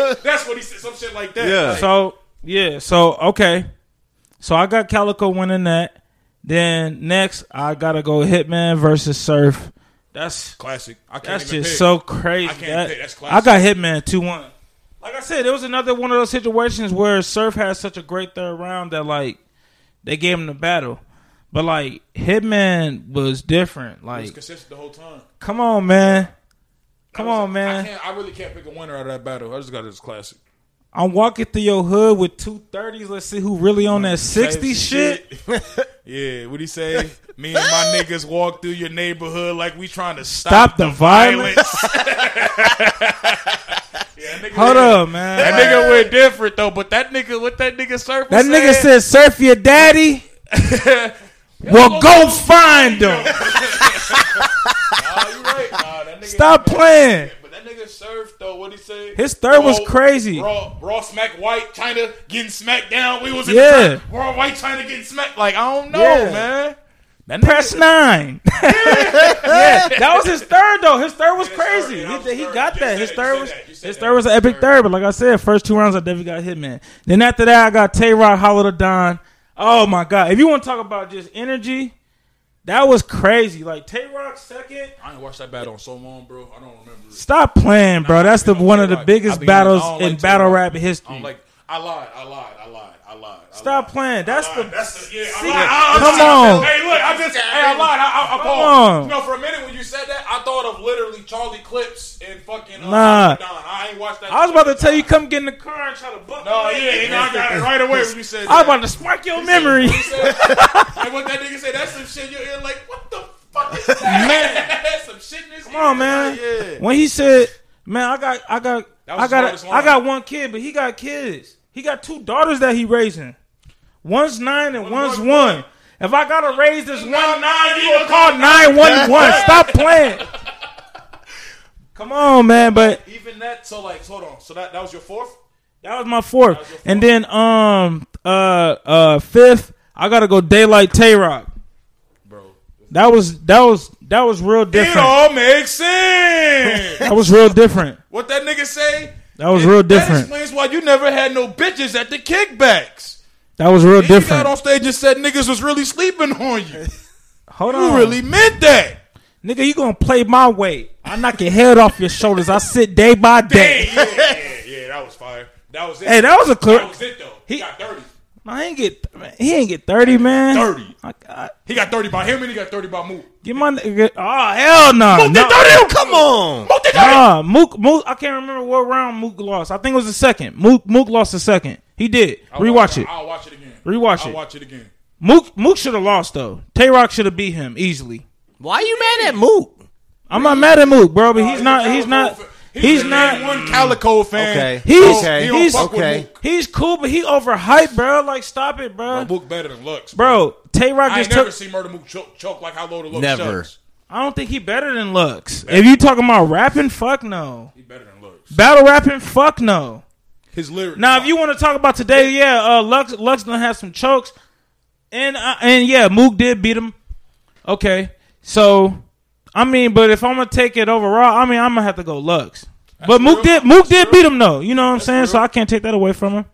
Like, *laughs* that's what he said. Some shit like that. Yeah. Like, So yeah, so okay. So I got Calico winning that. Then next I gotta go Hitman versus Surf. That's classic. I can't that's even just pick. so crazy. I can't That- pick. That's I classic. got Hitman two one. Like I said, it was another one of those situations where Surf had such a great third round that like they gave him the battle. But like Hitman was different. It was Like consistent the whole time. come on man. Come I was- on man. I, can't, I really can't pick a winner out of that battle. I just got this classic. I'm walking through your hood with two thirties. Let's see who really on that sixty shit. *laughs* yeah, what he say? Me and *laughs* my niggas walk through your neighborhood like we trying to stop, Stop the violence. *laughs* yeah, nigga, Hold up, man. That nigga went different though, but that nigga, what that nigga surf? That nigga said, "Surf your *laughs* daddy." well, go find him. Nah, you right. Nah, *laughs* that nigga Stop playing. But that nigga surf though. What he say? His third was crazy. Raw, raw, smack white China getting smacked down. We was in Yeah. the trap. raw white China getting smacked. Like I don't know, Yeah. man. That Press nigga- nine. *laughs* yeah, that was his third though. His third was his third, crazy. yeah, that was He, he third. got You that. said it, His you third said was that, you said his that. third was an epic third. But like I said, first two rounds I definitely got Hitman. Then after that, I got Tay Rod Hollow to Don. Oh my god! If you want to talk about just energy, that was crazy. Like Tay Rock second. I ain't watched that battle on so long, bro. I don't remember. It. Stop playing, bro. That's the I don't one of the like- I biggest be honest, battles I don't in like battle Tay-Rock. rap history. I don't like. I lied. I lied. I lied. I lied. I Stop lied. playing. That's I the lied. That's the. Yeah, I See, lied. I- I- come I- on. Hey, look. I just. Hey, I lied. I, I, I on. paused. You know, for a minute when you said that, I thought of literally Charlie Clips and fucking. Uh, Nah. Don. I ain't watched that. I was about to tell you, come get in the car and try to buck. No, me. yeah, and I got it right away when you said. I that. was about to spark your memory. He *laughs* said- and what that nigga said, that's some shit you're in, like, what the fuck is that? That's some shit in this Come on, man. Yeah. When he said, "Man, I got, I got, That was I his got, hardest I got line. one kid, but he got kids. He got two daughters that he raising. One's nine and one's one- one. If I gotta raise this one, Nah, nah, *laughs* you gonna call nine one one. Stop playing." Come on, man. But Even that. So like, hold on. So that that was your fourth. That was my fourth. And then um uh uh fifth, I gotta go Daylight Tay Rock. Bro. That was that was that was real It different. all makes *laughs* sense. That was real different. what that nigga say? That was real That different. explains why you never had no bitches at the kickbacks. That was Then real You got different. on stage and said niggas was really sleeping on *laughs* you. Hold You on, really meant that. nigga. You gonna play my way? I knock your head off your shoulders. I sit day by Hey, day. yeah, yeah, yeah, that was fire. That was it. Hey, that was a clear. That was it though. He, He- got thirty. I ain't get. man, He ain't get thirty, man. 30. I, I, He got thirty by him and he got thirty by Mook. get my nigga. Oh hell no. did no. 30. Come on. Mook did thirty. Nah, Mook, Mook. I can't remember what round Mook lost. I think it was the second. Mook, Mook lost the second. He did. Rewatch it. I'll watch it again. Rewatch I'll it. watch it again. Mook, Mook should have lost though. Tay Rock should have beat him easily. Why you mad at Moot? I'm not mad at Mook, bro, but He's he's a not. Calico He's not. fan. He's a not. one Calico fan. Okay. He's Okay. He don't he's fuck with okay. Mook. he's cool, but he overhyped, bro. Like, stop it, bro. Mook better than Lux, Bro, Tay Rock I ain't just never took. seen Murder Mook choke, choke like how low the Lux Never. chucks. I don't think he better than Lux. If you talking about rapping, fuck no. He better than Lux. Battle rapping, fuck no. His lyrics. Now, if you want to talk about today, yeah, uh, Lux Lux done had some chokes, and uh, and yeah, Mook did beat him. Okay, so I mean, but if I'm gonna take it overall, I mean, I'm gonna have to go Lux. but real. Mook did Mook That's did beat him though. You know what I'm saying? So real. I can't take that away from him.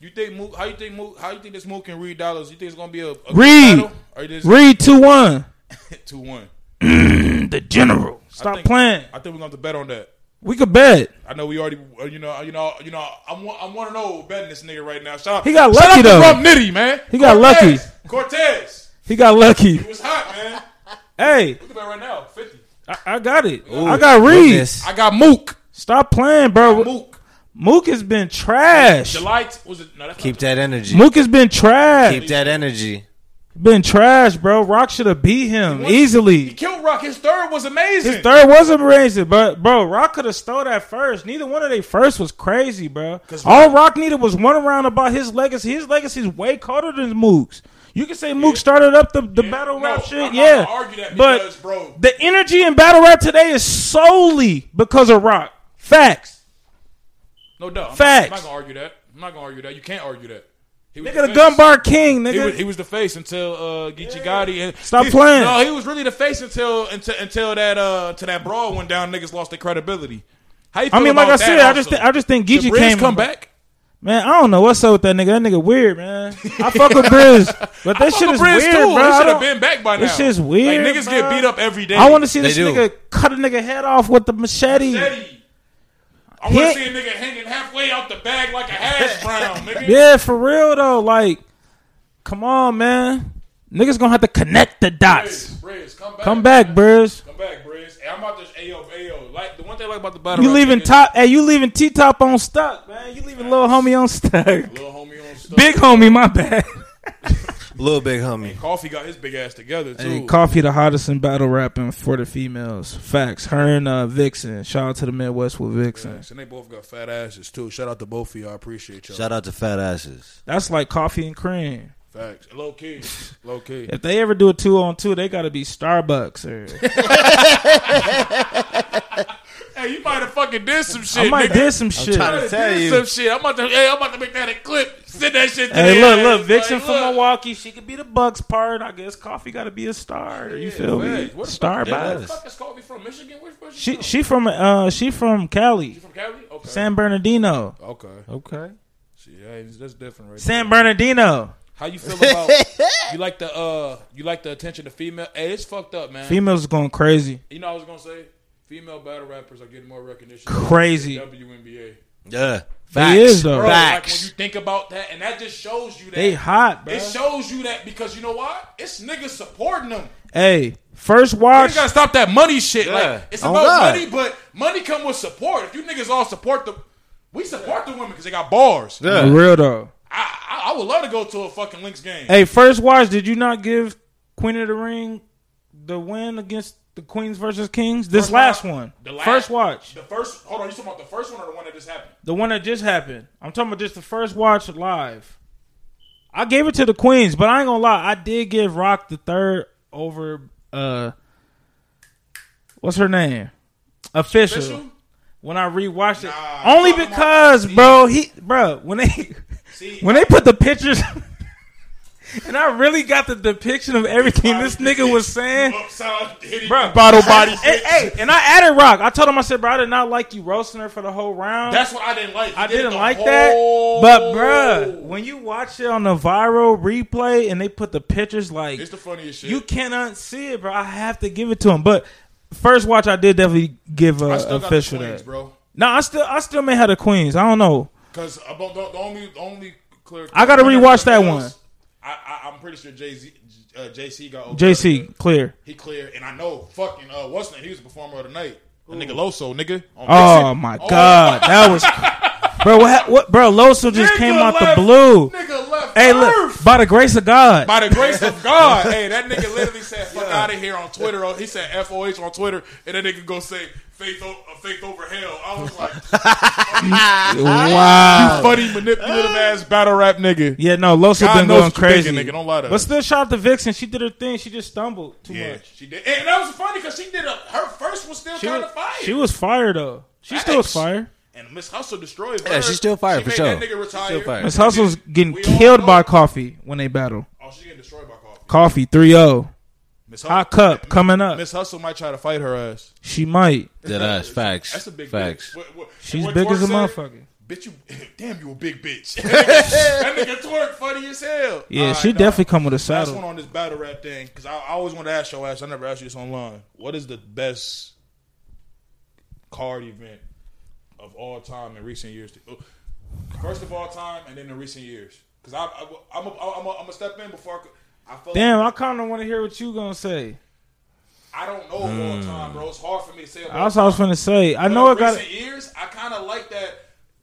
You think Mook? How you think Mook? How you think this Mook can read dollars? You think it's gonna be a, a good Reed. battle? Or you think Reed two one. it's *laughs* two one? The general. Stop think- playing. I think we're gonna have to bet on that. We could bet. I know we already, uh, you know, you know, you know. I'm one, I'm one and zero betting this nigga right now. Shout out, He got shout lucky, out to though. Rump Nitty, man. He got Cortez, Cortez, He got lucky. it was hot, man. Hey, Look at that right now, fifty. I, I got it. I got Reed. Goodness. I got Mook. Stop playing, bro. Mook. Mook has been trash. July t- was it? No, that's Keep that energy. Mook has been trash. Keep that energy. Been trash, bro. Rock should have beat him not- He easily. killed Rock. His third was amazing. His third was amazing, but bro, Rock could have stole that first. Neither one of they first was crazy, bro. All Rock needed was one round about his legacy. His legacy is way colder than Mook's. You can say Mook started up the, the battle No, rap I'm shit, not yeah. gonna argue that because, but bro- the energy in battle rap today is solely because of Rock. Facts. No doubt. I'm Not, I'm Facts. not gonna argue that. I'm not gonna argue that. You can't argue that. He was Nigga, the face. gun bar king, nigga. He was, he was the face until uh, Geechee Gotti. And Stop he- playing. No, he was really the face until until, until that uh to that brawl went down. Niggas lost their credibility. How you feel I mean, like I about that said, I just also? think I just think Did Geechee Briz came come back. Man, I don't know what's up with that nigga. That nigga weird, man. I fuck with Briz, *laughs* but I that fuck shit with is Briz, weird, too. bro. He I should have don't- been back by now. This shit's weird, Like niggas bro. get beat up every day. I want to see this They do. nigga cut a nigga head off with the machete. Steady. I want to Yeah. see a nigga hanging halfway out the bag like a hash brown, nigga. Yeah, for real though. Like, come on, man. Niggas gonna have to connect the dots. Briz, Briz, come back. Come back, Briz. Come back, Briz. Hey, I'm about to ayo ayo. Like the one thing I like about the battle. You rap, leaving nigga, top? Hey, you leaving T top on stuck, man. You leaving little homie on stuck. *laughs* Little homie on stuff. Big homie, my bad. Little big homie. Coffee got his big ass together too. Hey, Coffee the hottest in battle rapping for the females. Facts. Her and uh, Vixen. Shout out to the Midwest with Vixen. Thanks. And they both got fat asses too. Shout out to both of y'all. I appreciate y'all. Shout out to fat asses. That's like coffee and cream. Facts. Low key. Low key. If they ever do a two on two, they gotta be *laughs* Starbucks or hey, you might have fucking did some shit. I might nigga. did some shit. trying Did to- Tell you. some shit. I'm about to. Hey, I'm about to make that a clip. Send that shit. To Hey, their look, ass. look, Vixen Like, from look. Milwaukee, she could be the Bucks part. I guess Coffee gotta be a star. You feel me? Facts. Where the fuck- Where the Starbucks. fuck is Coffee from? Michigan. Where's where's She from? she from uh she from Cali, You from Cali? Okay. San Bernardino, Okay. Okay. See, hey, that's different, right? San Bernardino. How you feel *laughs* about? you like the uh? You like the attention to female? Hey, it's fucked up, man. Females is going crazy, you know, I was gonna say, female battle rappers are getting more recognition. crazy. than WNBA. Yeah. They is though. Bro, like when Facts. you think about that, and that just shows you that They hot, bro. it shows you that because you know why? It's niggas supporting them. Hey, first You watch. gotta stop that money shit. Yeah. Like it's Oh, about God. money, but money come with support. If you niggas all support the, we support the women because they got bars. For real though. I, I I would love to go to a fucking Lynx game. Hey, first watch. Did you not give Queen of the Ring the win against the Queens versus Kings? This First last watch. one, The last- first watch, The first, hold on, you talking about the first one or the one that just happened? the one that just happened. I'm talking about just the first watch live. I gave it to the Queens, but I ain't gonna lie. I did give Rock the third over. uh What's her name? official. Official? When I rewatched it, Nah, only I'm talking about because, the bro, he, bro, when they, *laughs* See, when they put the pictures, *laughs* and I really got the depiction of everything this nigga was saying. *laughs* upside, hitting Bro. bottle body. Hey, hey, and I added Rock. I told him, I said, bro, I did not like you roasting her for the whole round. That's what I didn't like. He I did it didn't the like that. whole- But bruh, when you watch it on the viral replay and they put the pictures like it's the funniest shit. you cannot see it, bro. I have to give it to him. But first watch, I did definitely give a I still got the official twins, that. bro. No, I still I still may have the queens. I don't know. Because the, the only the only clear. I gotta rewatch that Everything one. else, I, I I'm pretty sure Jay Z uh, JC got over JC clear. He cleared, and I know fucking uh, what's the name? He was a performer of the night. The nigga Loso, nigga. On Oh *laughs* Vixen. my god, that was bro. What, ha- what bro? Loso just Nigga came out left- the blue. Nigga left. Hey, Earth. look, by the grace of God, By the grace *laughs* of God, hey, that nigga literally said "fuck out of here" on Twitter. Oh, He said "FOH" on Twitter, and that nigga go say "faith, o- uh, faith over hell." I was *laughs* like, wow. funny manipulative ass battle rap nigga. Yeah, no, Loso God been knows going what you're crazy. thinking, nigga. Don't lie to but us. still, shout out to Vixen. She did her thing. She just stumbled too Yeah, much. she did, and that was funny because she did a, her first was still She kind was, of fire. she was fire though. She still was Facts. fire. and Miss Hustle destroyed. Yeah, her. she's still fire, she for made sure. That nigga retire. still fire. Miss Hustle's getting We all killed by know- Coffee when they battle. Oh, she getting destroyed by coffee. Coffee 3-0. Miss Hot cup coming up. Miss Hustle might try to fight her ass. She might. That us facts. That's a big facts. bitch. What- what- and She's what big Twerk as a said? motherfucker. Bitch, you *laughs* damn, you a big *laughs* bitch. that nigga twerk funny as hell. Yeah, All she right, definitely dog. come with a Last one saddle. on this battle rap thing because I, I always want to ask your ass. I never asked you this online. What is the best card event of all time in recent years? Oh, First of all time, and then in recent years. Because I, I, I'm a, I'm a, I'm a step in before I. could- I felt Damn, I kind of want to hear what you gonna say. I don't know of all time, bro. It's hard for me to say. About That's what I was finna say. I But know in it got recent years. I kind of like that.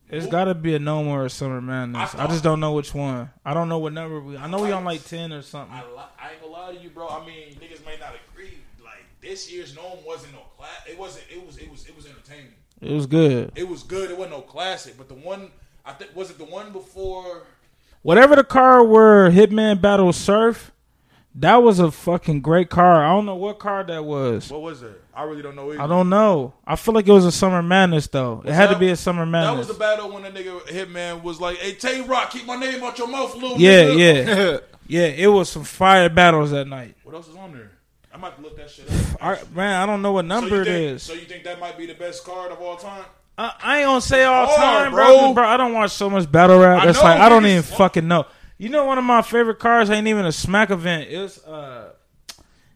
it's got to be a No More or Summer Madness. I- I just don't know which one. I don't know what number we. I know we on like ten or something. I, li- I ain't gonna lie to you, bro. I mean, niggas may not agree. Like this year's gnome wasn't no class. It wasn't. It was. It was. It was entertaining. It was good. It was good. It wasn't no classic. But the one I think was it the one before. Whatever the car where Hitman battled Surf, that was a fucking great car. I don't know what car that was. What was it? I really don't know. Either. I don't know. I feel like it was a Summer Madness though. it had that- to be a Summer That Madness. was the battle when the nigga Hitman was like, "Hey, Tay Rock, keep my name out your mouth, little *laughs* yeah, nigga." yeah, yeah. It was some fire battles that night. What else is on there? I might have to look that shit up. I, man, I don't know what So number you it think- is. So you think that might be the best card of all time? I, I ain't gonna say all Hard, time, bro. bro. 'cause, Bro, I don't watch so much battle rap. I That's know, like I don't niggas. even fucking know. You know, one of my favorite cars ain't even a smack event. It was uh,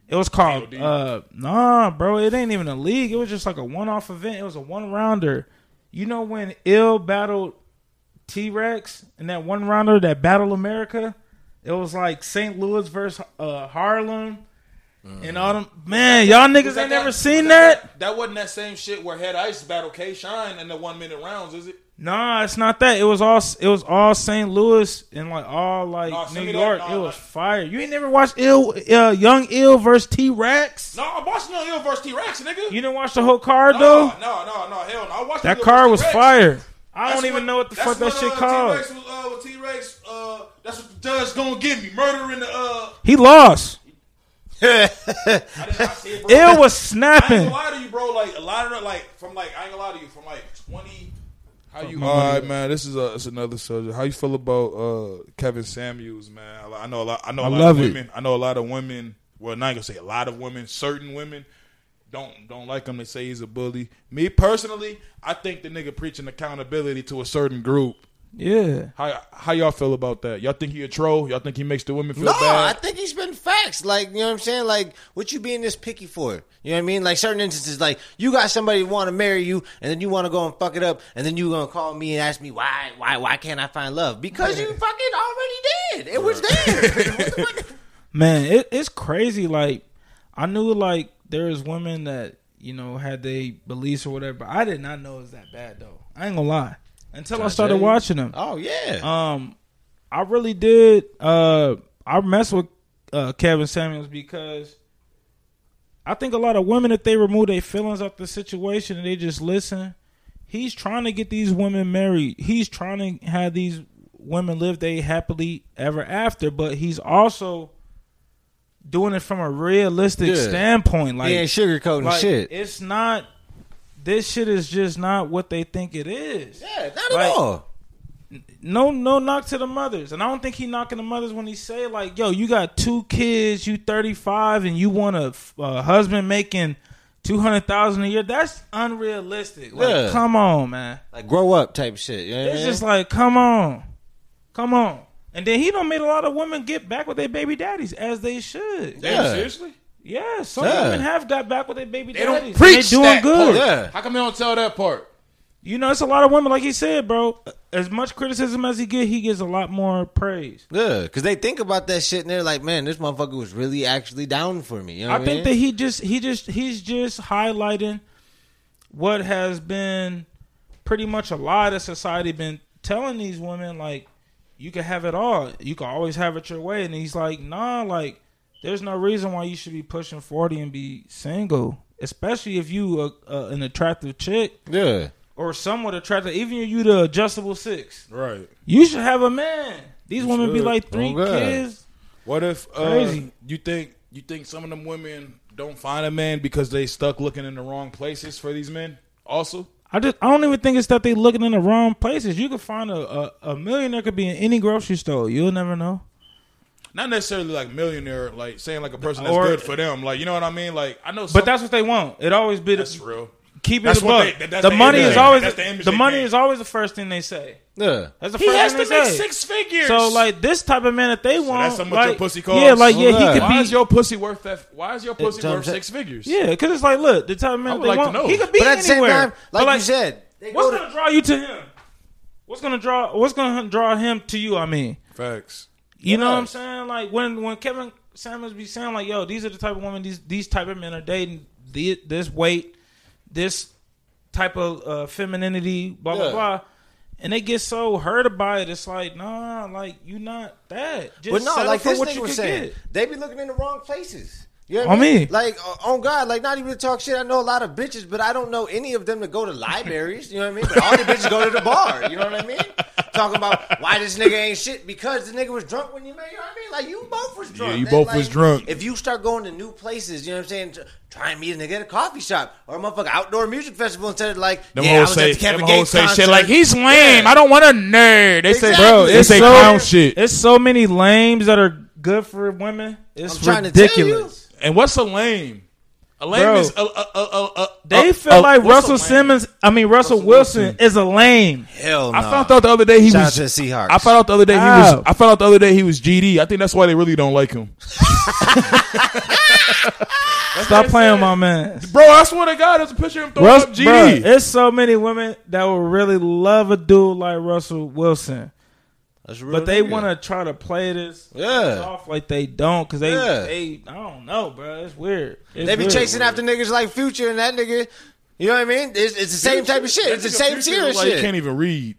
it was called DOD. uh, nah, bro. It ain't even a league. It was just like a one off event. It was a one rounder. You know when Ill battled T Rex in that one rounder that Battle America? It was like St. Louis versus uh, Harlem. And all them man, y'all niggas ain't never seen that. that? wasn't that same shit where Head Ice battle K Shine in the one minute rounds, is it? Nah, it's not that. It was all it was all St. Louis and like all like Nah, send me New that. York. Nah, it was nah. fire. You ain't never watched Ill uh, Young Ill versus T Rex. No, I watched Neil Hill versus T Rex, nigga. You didn't watch the whole card no, though. no, no, no, hell no. I watched That Neil car versus was T-Rex. fire. I That's don't even when- know what the that's fuck that when, shit uh, called. T-Rex was, uh, when T-Rex, uh, that's what the judge gonna give me. Murder in the, uh, He lost. I didn't I see it, bro. Ill was I ain't gonna snapping. lie to you, bro. Like, a lot of, the- like, from, like, I ain't gonna lie to you, from, like, 20... How you, my money. man. This is a, it's another subject. How you feel about uh, Kevin Samuels, man? I I know a lot. I know a I lot love of it. women. I know a lot of women. Well, not gonna say a lot of women. Certain women don't don't like him. They say he's a bully. Me personally, I think the nigga preaching accountability to a certain group. Yeah. How how y'all feel about that? Y'all think he a troll? Y'all think he makes the women feel No, I bad? think he's been facts. Like, you know what I'm saying? Like, what you being this picky for? You know what I mean? Like, certain instances, like, you got somebody want to marry you, and then you want to go and fuck it up, and then you going to call me and ask me, why, why, why can't I find love? Because *laughs* you fucking already did. It was *laughs* there. What the fuck? man it, it's crazy like i knew like there is women that you know had they beliefs or whatever but i did not know it was that bad though i ain't gonna lie until i started tell you? watching them oh, yeah. um i really did uh i messed with uh kevin samuels because i think a lot of women if they remove their feelings out the situation and they just listen he's trying to get these women married he's trying to have these women live they happily ever after but he's also doing it from a realistic Yeah. standpoint like he ain't sugarcoating like, shit. It's not this shit is just not what they think it is. Yeah, not Right. at all. No, no knock to the mothers, and I don't think he knocking the mothers when he say like, "Yo, you got two kids, you thirty five, and you want a, f- a husband making two hundred thousand a year." That's unrealistic. Like, Yeah. come on, man. Like grow up type shit. You know what I It's mean? just like, come on, come on. And then he done made a lot of women get back with their baby daddies as they should. Damn, Yeah. seriously? Yeah, some Yeah. women have got back with their baby They don't daddies. and preach they doing that part. good. Yeah. How come they don't tell that part? You know, it's a lot of women, like he said, bro. As much criticism as he get, he gets a lot more praise. yeah, because they think about that shit and they're like, man, this motherfucker was really actually down for me. You know I what think that mean? he just he just he's just highlighting what has been pretty much a lie that society been telling these women like you can have it all. You can always have it your way. And he's like, nah, like there's no reason why you should be pushing forty and be single, especially if you a, a, an attractive chick yeah. or somewhat attractive. Even if you the adjustable six, Right. you should have a man. These women be should. like three Oh, God. kids. What if uh, Crazy. you think you think some of them women don't find a man because they stuck looking in the wrong places for these men? Also, I just I don't even think it's that they looking in the wrong places. You could find a, a, a millionaire could be in any grocery store. You'll never know. not necessarily like millionaire, like saying like a person that's Or- good for them. Like you know what I mean? Like I know, some, But that's what they want. It always be *laughs* that's the, real. keep it that's a what buck. they- that's the the money image is they- always that's the image the they money paint. is always the first thing they say. Yeah. That's the He first has thing to they make say. six figures. So like this type of man that they want, that's how much like, your pussy Yeah, costs? like yeah, he Oh, yeah. could why be is your pussy worth that? Why is your pussy what I'm worth saying. six figures? yeah, because it's like look, the type of I man would they like to want, know. he could be But at the same anywhere. time, But, like, you said, they go what's to- gonna draw you to him? What's gonna draw? What's gonna draw him to you? I mean, Facts. You know what I'm Yes. saying? Like when when Kevin Samuels be saying like, "Yo, these are the type of women these these type of men are dating. The, this weight, this type of uh, femininity, blah blah Yeah. blah." And they get so hurt by it. It's like, nah, like you not that. Just But no, settle like for this what nigga you was can saying, get. they be looking in the wrong places. You know On what I mean? me. Like, uh, on God, like, not even to talk shit. I know a lot of bitches, but I don't know any of them to go to libraries. You know what I mean? But all the bitches go to the bar. You know what I mean? Talking about why this nigga ain't shit because the nigga was drunk when you met. You know what I mean? Like, you both was drunk. you That, both like, was drunk. If you start going to new places, you know what I'm saying? Tr- Try and meet a nigga at a coffee shop or a motherfucking outdoor music festival instead of like, Them yeah, I hoes was say, at the Kevin them Gates hoes say concert. shit like he's lame. Yeah. I don't want a nerd. They say, Exactly. Bro, they it's say so- clown shit. It's so many lames that are good for women. It's I'm trying to tell ridiculous. And what's a lame? A lame Bro. is a, a, a, a, a They a- feel a- like what's a Russell lame? Simmons. I mean Russell, Wilson, is a lame. Hell no. I found out the other day he Shout out was. to the Seahawks. I found out the other day he Wow. was. I found out the other day he was GD. I think that's why they really don't like him, Stop playing, my man. bro. I swear to God, there's a picture of him throwing Russ, up bruh, GD. it's so many women that would really love a dude like Russell Wilson, That's a real but they nigga. want to try to play this Yeah. off like they don't because they, Yeah. they I don't know, bro. It's weird. It's They be weird. chasing after niggas like Future and that nigga. You know what I mean? It's, it's the same type of shit. It's the That nigga same Future tier of look like he shit. Can't even read.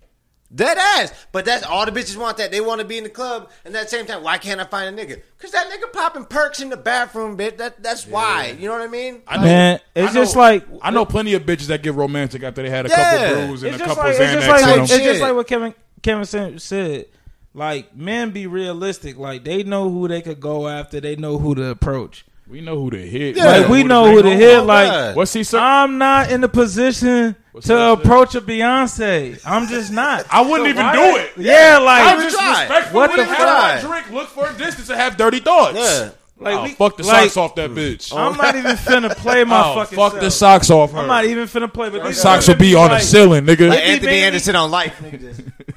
Dead ass. But that's all the bitches want that. They want to be in the club and that same time, why can't I find a nigga? Because that nigga popping perks in the bathroom, bitch. That, that's why. You know what I mean? I know, Man, it's I know- just like- I know plenty of bitches that get romantic after they had a Yeah. couple brews and It's a just couple like it's just Xanax. in like Type it's them. shit. just like what Kevin Kevin Sam said. Like men be realistic. Like they know who they could go after. They know who to approach. we know who to hit. Yeah. Like we know who to bring hit. home. Like what's he? Sir? I'm not in the position What's to that shit? approach a Beyonce. I'm just not. *laughs* I wouldn't even Why- do it. Yeah, I like am just try. respectful. What What the the fuck? have a drink, look for a distance, and have dirty thoughts. Yeah. Mm. Oh, Like, I'll we- Oh, fuck the like- socks off that bitch. I'm not even finna play *laughs* my I'll fucking. fuck self. the socks off her. I'm not even finna play. But these socks will women be on the like- ceiling, nigga. like be Anthony banging- Anderson *laughs* on life.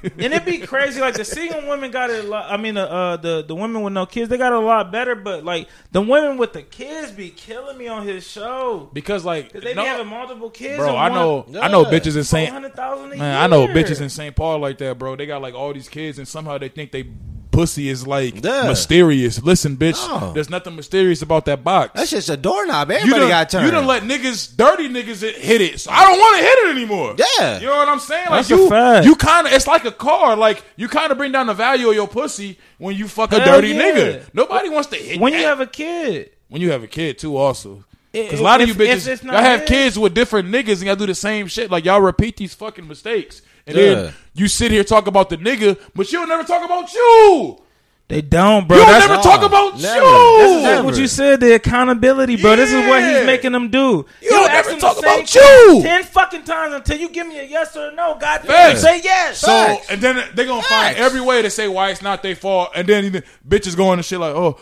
And it'd be crazy. Like the single women got it. a lot- I mean, uh, uh, the the women with no kids, they got a lot better. But like the women with the kids be killing me on his show because like, because they no, be having multiple kids. bro, and I one- know, I know, Yeah. bitches in Saint, hundred thousand a year. man, I know bitches in Saint Paul like that, bro. They got like all these kids, and somehow they think they pussy is like Yeah. mysterious. Listen, bitch, No. there's nothing mysterious about that box. That's just a doorknob. you Everybody done, got turned. you done let niggas, dirty niggas hit it. So I don't want to hit it anymore. Yeah. You know what I'm saying? Like That's a you, fact. you kind of, it's like a car. Like you kind of bring down the value of your pussy when you fuck a Hell dirty yeah. nigga. Nobody wants to hit when that. you have a kid. when you have a kid too also If- because a lot of you if- if bitches it's not y'all have his. kids with different niggas and y'all do the same shit like y'all repeat these fucking mistakes and Yeah. then you sit here talk about the nigga but you'll never talk about you They don't, bro. you don't That's- never all. talk about Never. you. That's never. what you said, the accountability, bro. This is what Yeah. he's making them do. You don't ask ever them talk the same about you. Ten fucking times until you give me a yes or a no. God damn, Facts. say yes. So and then they gonna find Facts. every way to say why it's not their fault, and then even bitches going and shit like, oh,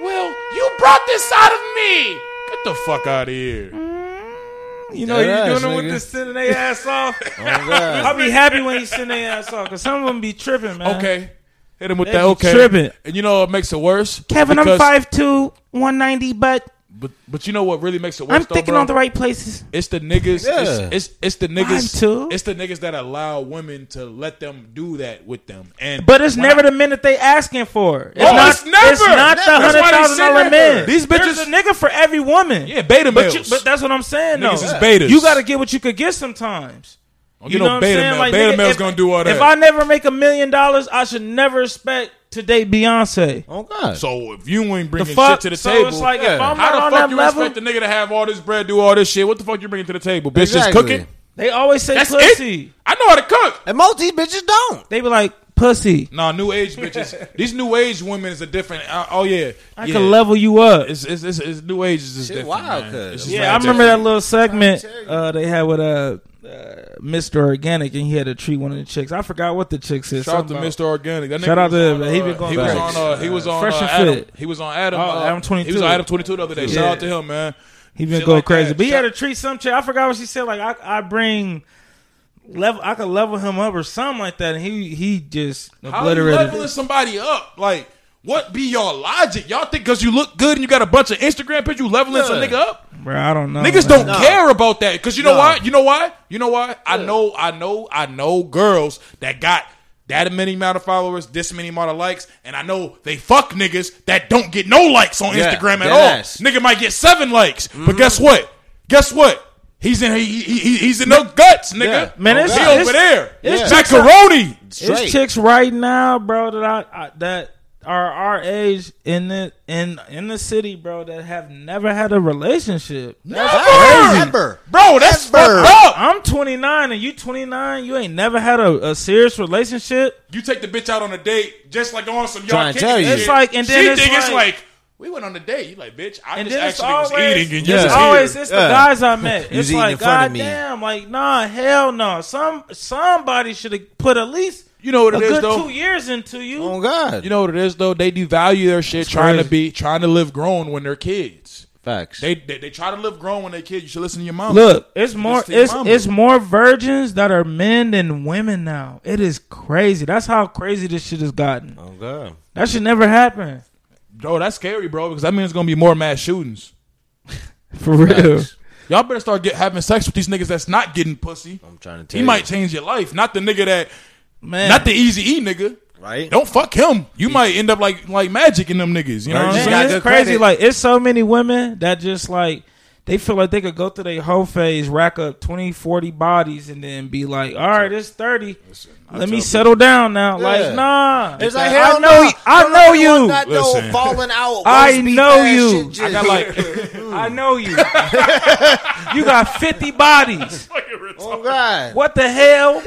well, you brought this out of me. Get the fuck out of here. you know you Yes, doing it with nigga. this sending their ass off. Oh, God. I'll be happy when you send their ass off because some of them be tripping, man. Okay, hit him with They that. be Okay, tripping. And you know what makes it worse, Kevin, Because- I'm 5'2", 190, but But but you know what really makes it worse? I'm though, thinking bro? on the right places. It's the niggas. Yeah. It's, it's it's the niggas. too. It's the niggas that allow women to let them do that with them. And But it's when never I- the minute they asking for. It's Oh, not, it's never. It's not That's why the they hundred thousand sitting dollar at men. her. These There's bitches- a nigga for every woman. yeah beta but males. you, but that's what I'm saying. Niggas though. is betas. You got to get what you could get sometimes. Don't get no what I'm beta saying? male. Like, beta nigga, male's if- gonna do all that. If I never make a million dollars, I should never expect to date Beyonce. Oh God. so if you ain't The bringing shit fuck? to the so table, it's like if yeah. I'm how not on the fuck that you level, expect the nigga to have all this bread, do all this shit? What the fuck you bringing to the table? Bitch, just Exactly. cooking. they always say That's pussy. it. I know how to cook. And most of these bitches don't. They be like pussy. Nah, new age bitches. *laughs* These new age women is a different. Uh, oh yeah, I yeah. can level you up. It's, it's, it's, it's new age is just Shit different. wild, man. cuz. It's just Yeah, I mad remember that different. little segment tell you. uh, they had with uh, uh, Mr. Organic, and he had to treat one of the chicks. I forgot what the chick said. Shout out to something about- Mr. Organic. That nigga Shout out was to on, him. He been uh, going He was on. back. Uh, he was on. Fresh uh, and Adam. fit. He was on Adam. Oh, uh, Adam 22. He was on Adam 22 the other day. Shout Yeah. out to him, man. He been Shit going like crazy, that. but he Shout- had to treat some chick. I forgot what she said. Like I, I bring level. I could level him up or something like that, and he he just How you obliterated. leveling it. somebody up? Like, what be your logic? Y'all think because you look good and you got a bunch of Instagram pictures, you leveling some Yeah. nigga up? Bro, I don't know. Niggas man. don't care about that. Because you know No. why? You know why? You know why? I know, I know, I know girls that got that many amount of followers, this many amount of likes, and I know they fuck niggas that don't get no likes on Yeah, Instagram at dead all. ass. Nigga might get seven likes, Mm-hmm. but guess what? Guess what? He's in he, he, he- he's in no guts, nigga. Yeah. Man, Man, it's- he it's- over there. it's- macaroni. It's chicks right now, bro, that I, I that are our age in the in in the city, bro, that have never had a relationship. Never. That's Ever. Bro, that's Ever. fucked up. I'm 29 and you 29. You ain't never had a, a serious relationship. You take the bitch out on a date, just like on some y'all Trying to tell kicking you. shit. It's like- and then she it's think it's like- like we went on a date. You like, bitch, I And just then it's actually always was eating and you Yeah. it's was always here. it's the Yeah. guys I met. You was It's eating like in front of me. goddamn, like nah, hell no. Some somebody should have put at least You know what a it is good though. two years into you. Oh God. You know what it is though. They devalue their shit trying to crazy. be trying to live grown when they're kids. Facts. They they, they try to live grown when they're kids. You should listen to your mom. Look, it's more to your it's mama. it's more virgins that are men than women now. It is crazy. That's how crazy this shit has gotten. oh God. That should never happen. bro, that's scary, bro, because that means it's gonna be more mass shootings. For real. Y'all better start get, having sex with these niggas that's not getting pussy. I'm trying to tell He might change your life, not the nigga that, Man. not the easy E nigga. Right. Don't fuck him. You might end up like like magic in them niggas. You know Right. what I'm Man, Just saying? got Um, it's good crazy. credit. Like it's so many women that just like they feel like they could go through their whole phase, rack up 20, 40 bodies, and then be like, "All right, it's thirty. Let me settle down now." Like, nah, It's like I hell know, no. y- I know you. Not no Listen. falling out. I roast beef know ass you. shit, I just- got like, I know you. you got fifty bodies. *laughs* *laughs* Oh God. What the hell?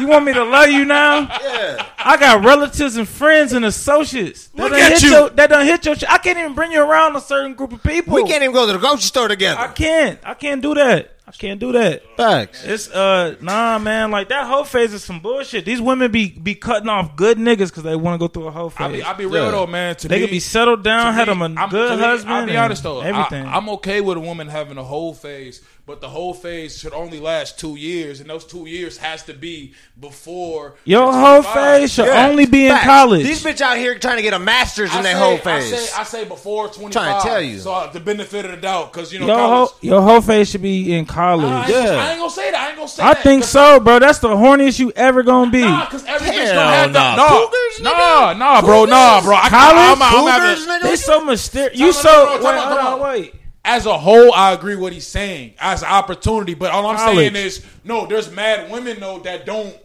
You want me to love you now? Yeah. I got relatives and friends and associates that Look done at hit you. your that done hit your. Sh- I can't even bring you around a certain group of people. We can't even go to the grocery store together. I can't. I can't do that. I can't do that. Facts. It's uh nah man, like that whole phase is some bullshit. These women be be cutting off good niggas because they want to go through a whole phase. I be, I be real Yeah. though, man. To they me, could be settled to down, had me, them a I'm- to good me, husband. I'll be and honest though, everything. I, am okay with a woman having a whole phase, but the whole phase should only last two years, and those two years has to be before Your you're whole 25. phase should Yeah. only be in Facts. college. These bitch out here trying to get a master's I in their say- whole I phase. say, I say before 25. tell you. So uh, the benefit of the doubt, because you know, your college, whole your whole phase should be in college. I, ain't- Yeah. I ain't gonna say that. I ain't gonna say I that. think 'cause- so, bro. That's the horniest you ever gonna be. Nah, cause every bitch Hell don't have that. nah. Nah, Cougars, nah, nah, bro, nah, bro. I, College? I'm, I'm, I'm Cougars, having- nigga? they What so mysterious. You Time out, so no, no, wait, time out, hold time on, out. wait. as a whole, I agree what he's saying as an opportunity. But all I'm College. saying is, no, there's mad women though that don't,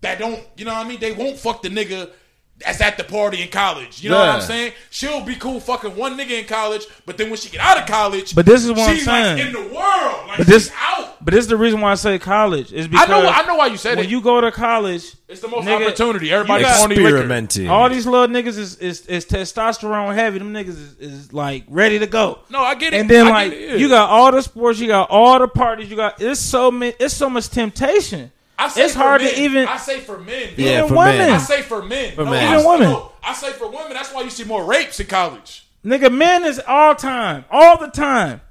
that don't, you know what I mean? They won't fuck the nigga that's at the party in college. You know what I'm Yeah. saying? She'll be cool fucking one nigga in college, but then when she get out of college, But this is what I'm she's like saying. in the world, like But this, she's out. but this is the reason why I say college is I because know, I know why you said when it. you go to college, it's the most nigga, opportunity. you Everybody's got- horny liquor. Experimenting. all these little niggas is, is is testosterone heavy. Them niggas is, is like ready to go. No, I get it. And then I like get it, yeah. you got all the sports, you got all the parties, you got it's so many, it's so much temptation. I say it's for hard men. to even I say for men. Yeah, even for women. I men. say for men. For men. I, Even women. no, I say for women. That's why you see more rapes in college. Nigga, men is all time, all the time.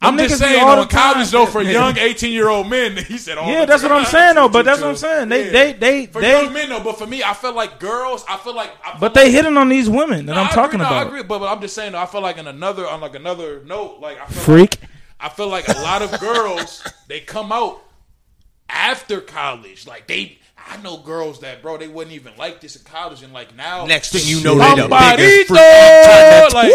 I'm Them niggas just be saying, all on the time. college though, for young 18 year old men, *laughs* he said, all Yeah, the that's what I'm time. saying though. But that's what I'm saying. They Yeah. they they for they. young men though. But for me, I feel like girls. I feel like, I feel But like, they hitting on these women that No, I I'm talking agree, no, I about. agree, but, but I'm just saying. Though, I feel like in another on like another note, like I feel Freak. I feel like a lot of *laughs* girls they come out after college. Like they, I know girls that bro, they wouldn't even like this in college, and like now, Next thing you know, they the biggest freak. Compadito, like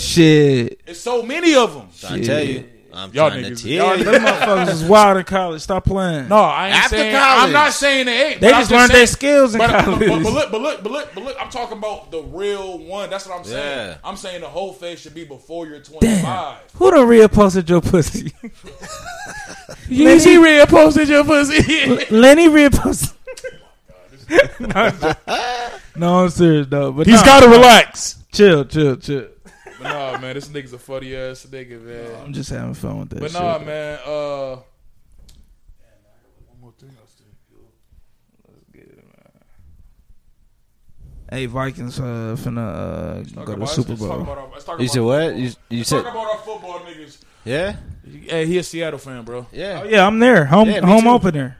Shit. it's so many of them. I tell you, I'm Y'all trying to niggas- tell y'all you. Them motherfuckers is wild in college. Stop playing. No, I ain't After saying. college. I'm not saying they ain't. They but I'm just learned saying- their skills in But, but- college. but- but look, but look, but look, but look. I'm talking about the real one. That's what I'm saying. Yeah. I'm saying the whole phase should be before you're 25. Damn. *laughs* Who the real posted your *laughs* pussy? Yeezy Red posted your pussy. Lenny real *laughs* posted. no, I'm joking. No, I'm serious though. But He's nah, got to relax. chill, chill, chill. But nah, man, this nigga's a funny ass nigga, man. I'm just having fun with that. But shit. nah, man. Uh, Hey, Vikings uh, finna uh, talk go to the about- Super let's talk Bowl. about our- let's talk You about said our what? football. You, you Let's said talk about our football niggas. yeah, Hey, he a Seattle fan, bro. yeah. Oh, yeah, I'm there. Home Yeah, me home too. opener.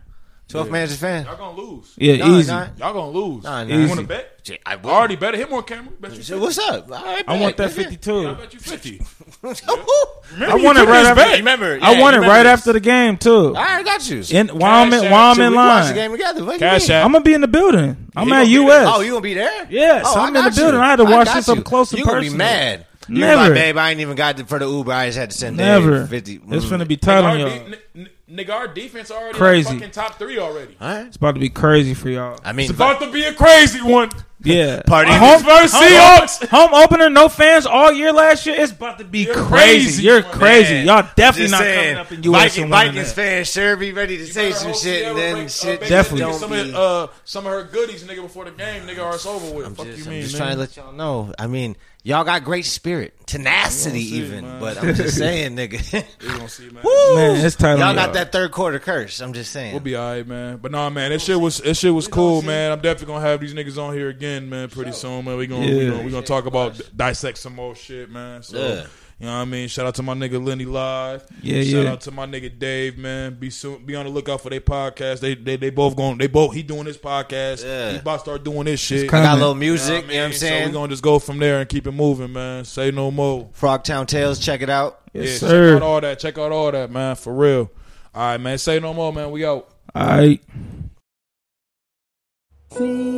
Twelve man's a fan. Y'all gonna lose. Yeah, No, easy. not- Y'all gonna lose. Nah, nah. You Easy. want to bet? I I already bet it. Hit more camera. Bet you So 50. what's up? All right, I want bet. that 52. I bet you 50. *laughs* I want it right after. Remember, I want it right after the game too. I already got you. In, while I'm Cash in, while App, I'm in watch the line, game together. What do you Cash mean? App. I'm gonna be in the building. I'm you at gonna be US. there. Oh, you gonna be there? Yes, oh, I'm in got the building. I had to watch got this up you. close and You gonna be personal. mad? You Never. like, babe. I ain't even got it for the Uber. I just had to send Never. Dave fifty. It's Mm. gonna be Nigga, tight our on y'all. de- n- n- nigga, our defense already Crazy. crazy. fucking top three already. All right. It's about to be crazy for y'all. I It's mean, about to be a crazy one. *laughs* Yeah, Party. A home, *laughs* Versus home- Seahawks. home opener, no fans all year last year. It's about to be You're crazy. crazy, You're man. crazy. Y'all definitely just not saying, coming up in US Viking- and winning Vikings that. fans sure be ready to say Better some hope shit, Sierra and then breaks, uh, shit Baker Definitely. Mayfield don't Some, be- of, uh, some of her goodies, nigga, before the game, nigga, are it's over with. I'm Fuck just, you I'm mean, just nigga. trying to let y'all know. I mean, y'all got great spirit, tenacity, see, even. man. But *laughs* I'm just saying, nigga. We gonna see, man. Man, it's tight on *laughs* Y'all y'all. got that third quarter curse. I'm just saying. We'll be all right, man. But nah, man, that shit was that shit was cool, man. I'm definitely gonna have these niggas on here again, man, pretty soon, man. We gonna we Yeah. gonna, we gonna talk about dissect some more shit, man. So Yeah. you know what I mean. Shout out to my nigga Lenny Live. Yeah, Shout yeah. out to my nigga Dave, man. Be soon, be on the lookout for their podcast. They they they both going. They both he doing his podcast. Yeah. He about to start doing this shit. kinda You got a coming. little know what I music. You know what I'm mean? saying? So we gonna just go from there and keep it moving, man. Say no more. Frogtown Tales. Check it out. Yes, yeah, sir. check out all that. Check out all that, man. For real. All right, man. Say no more, man. We out. All right. Feel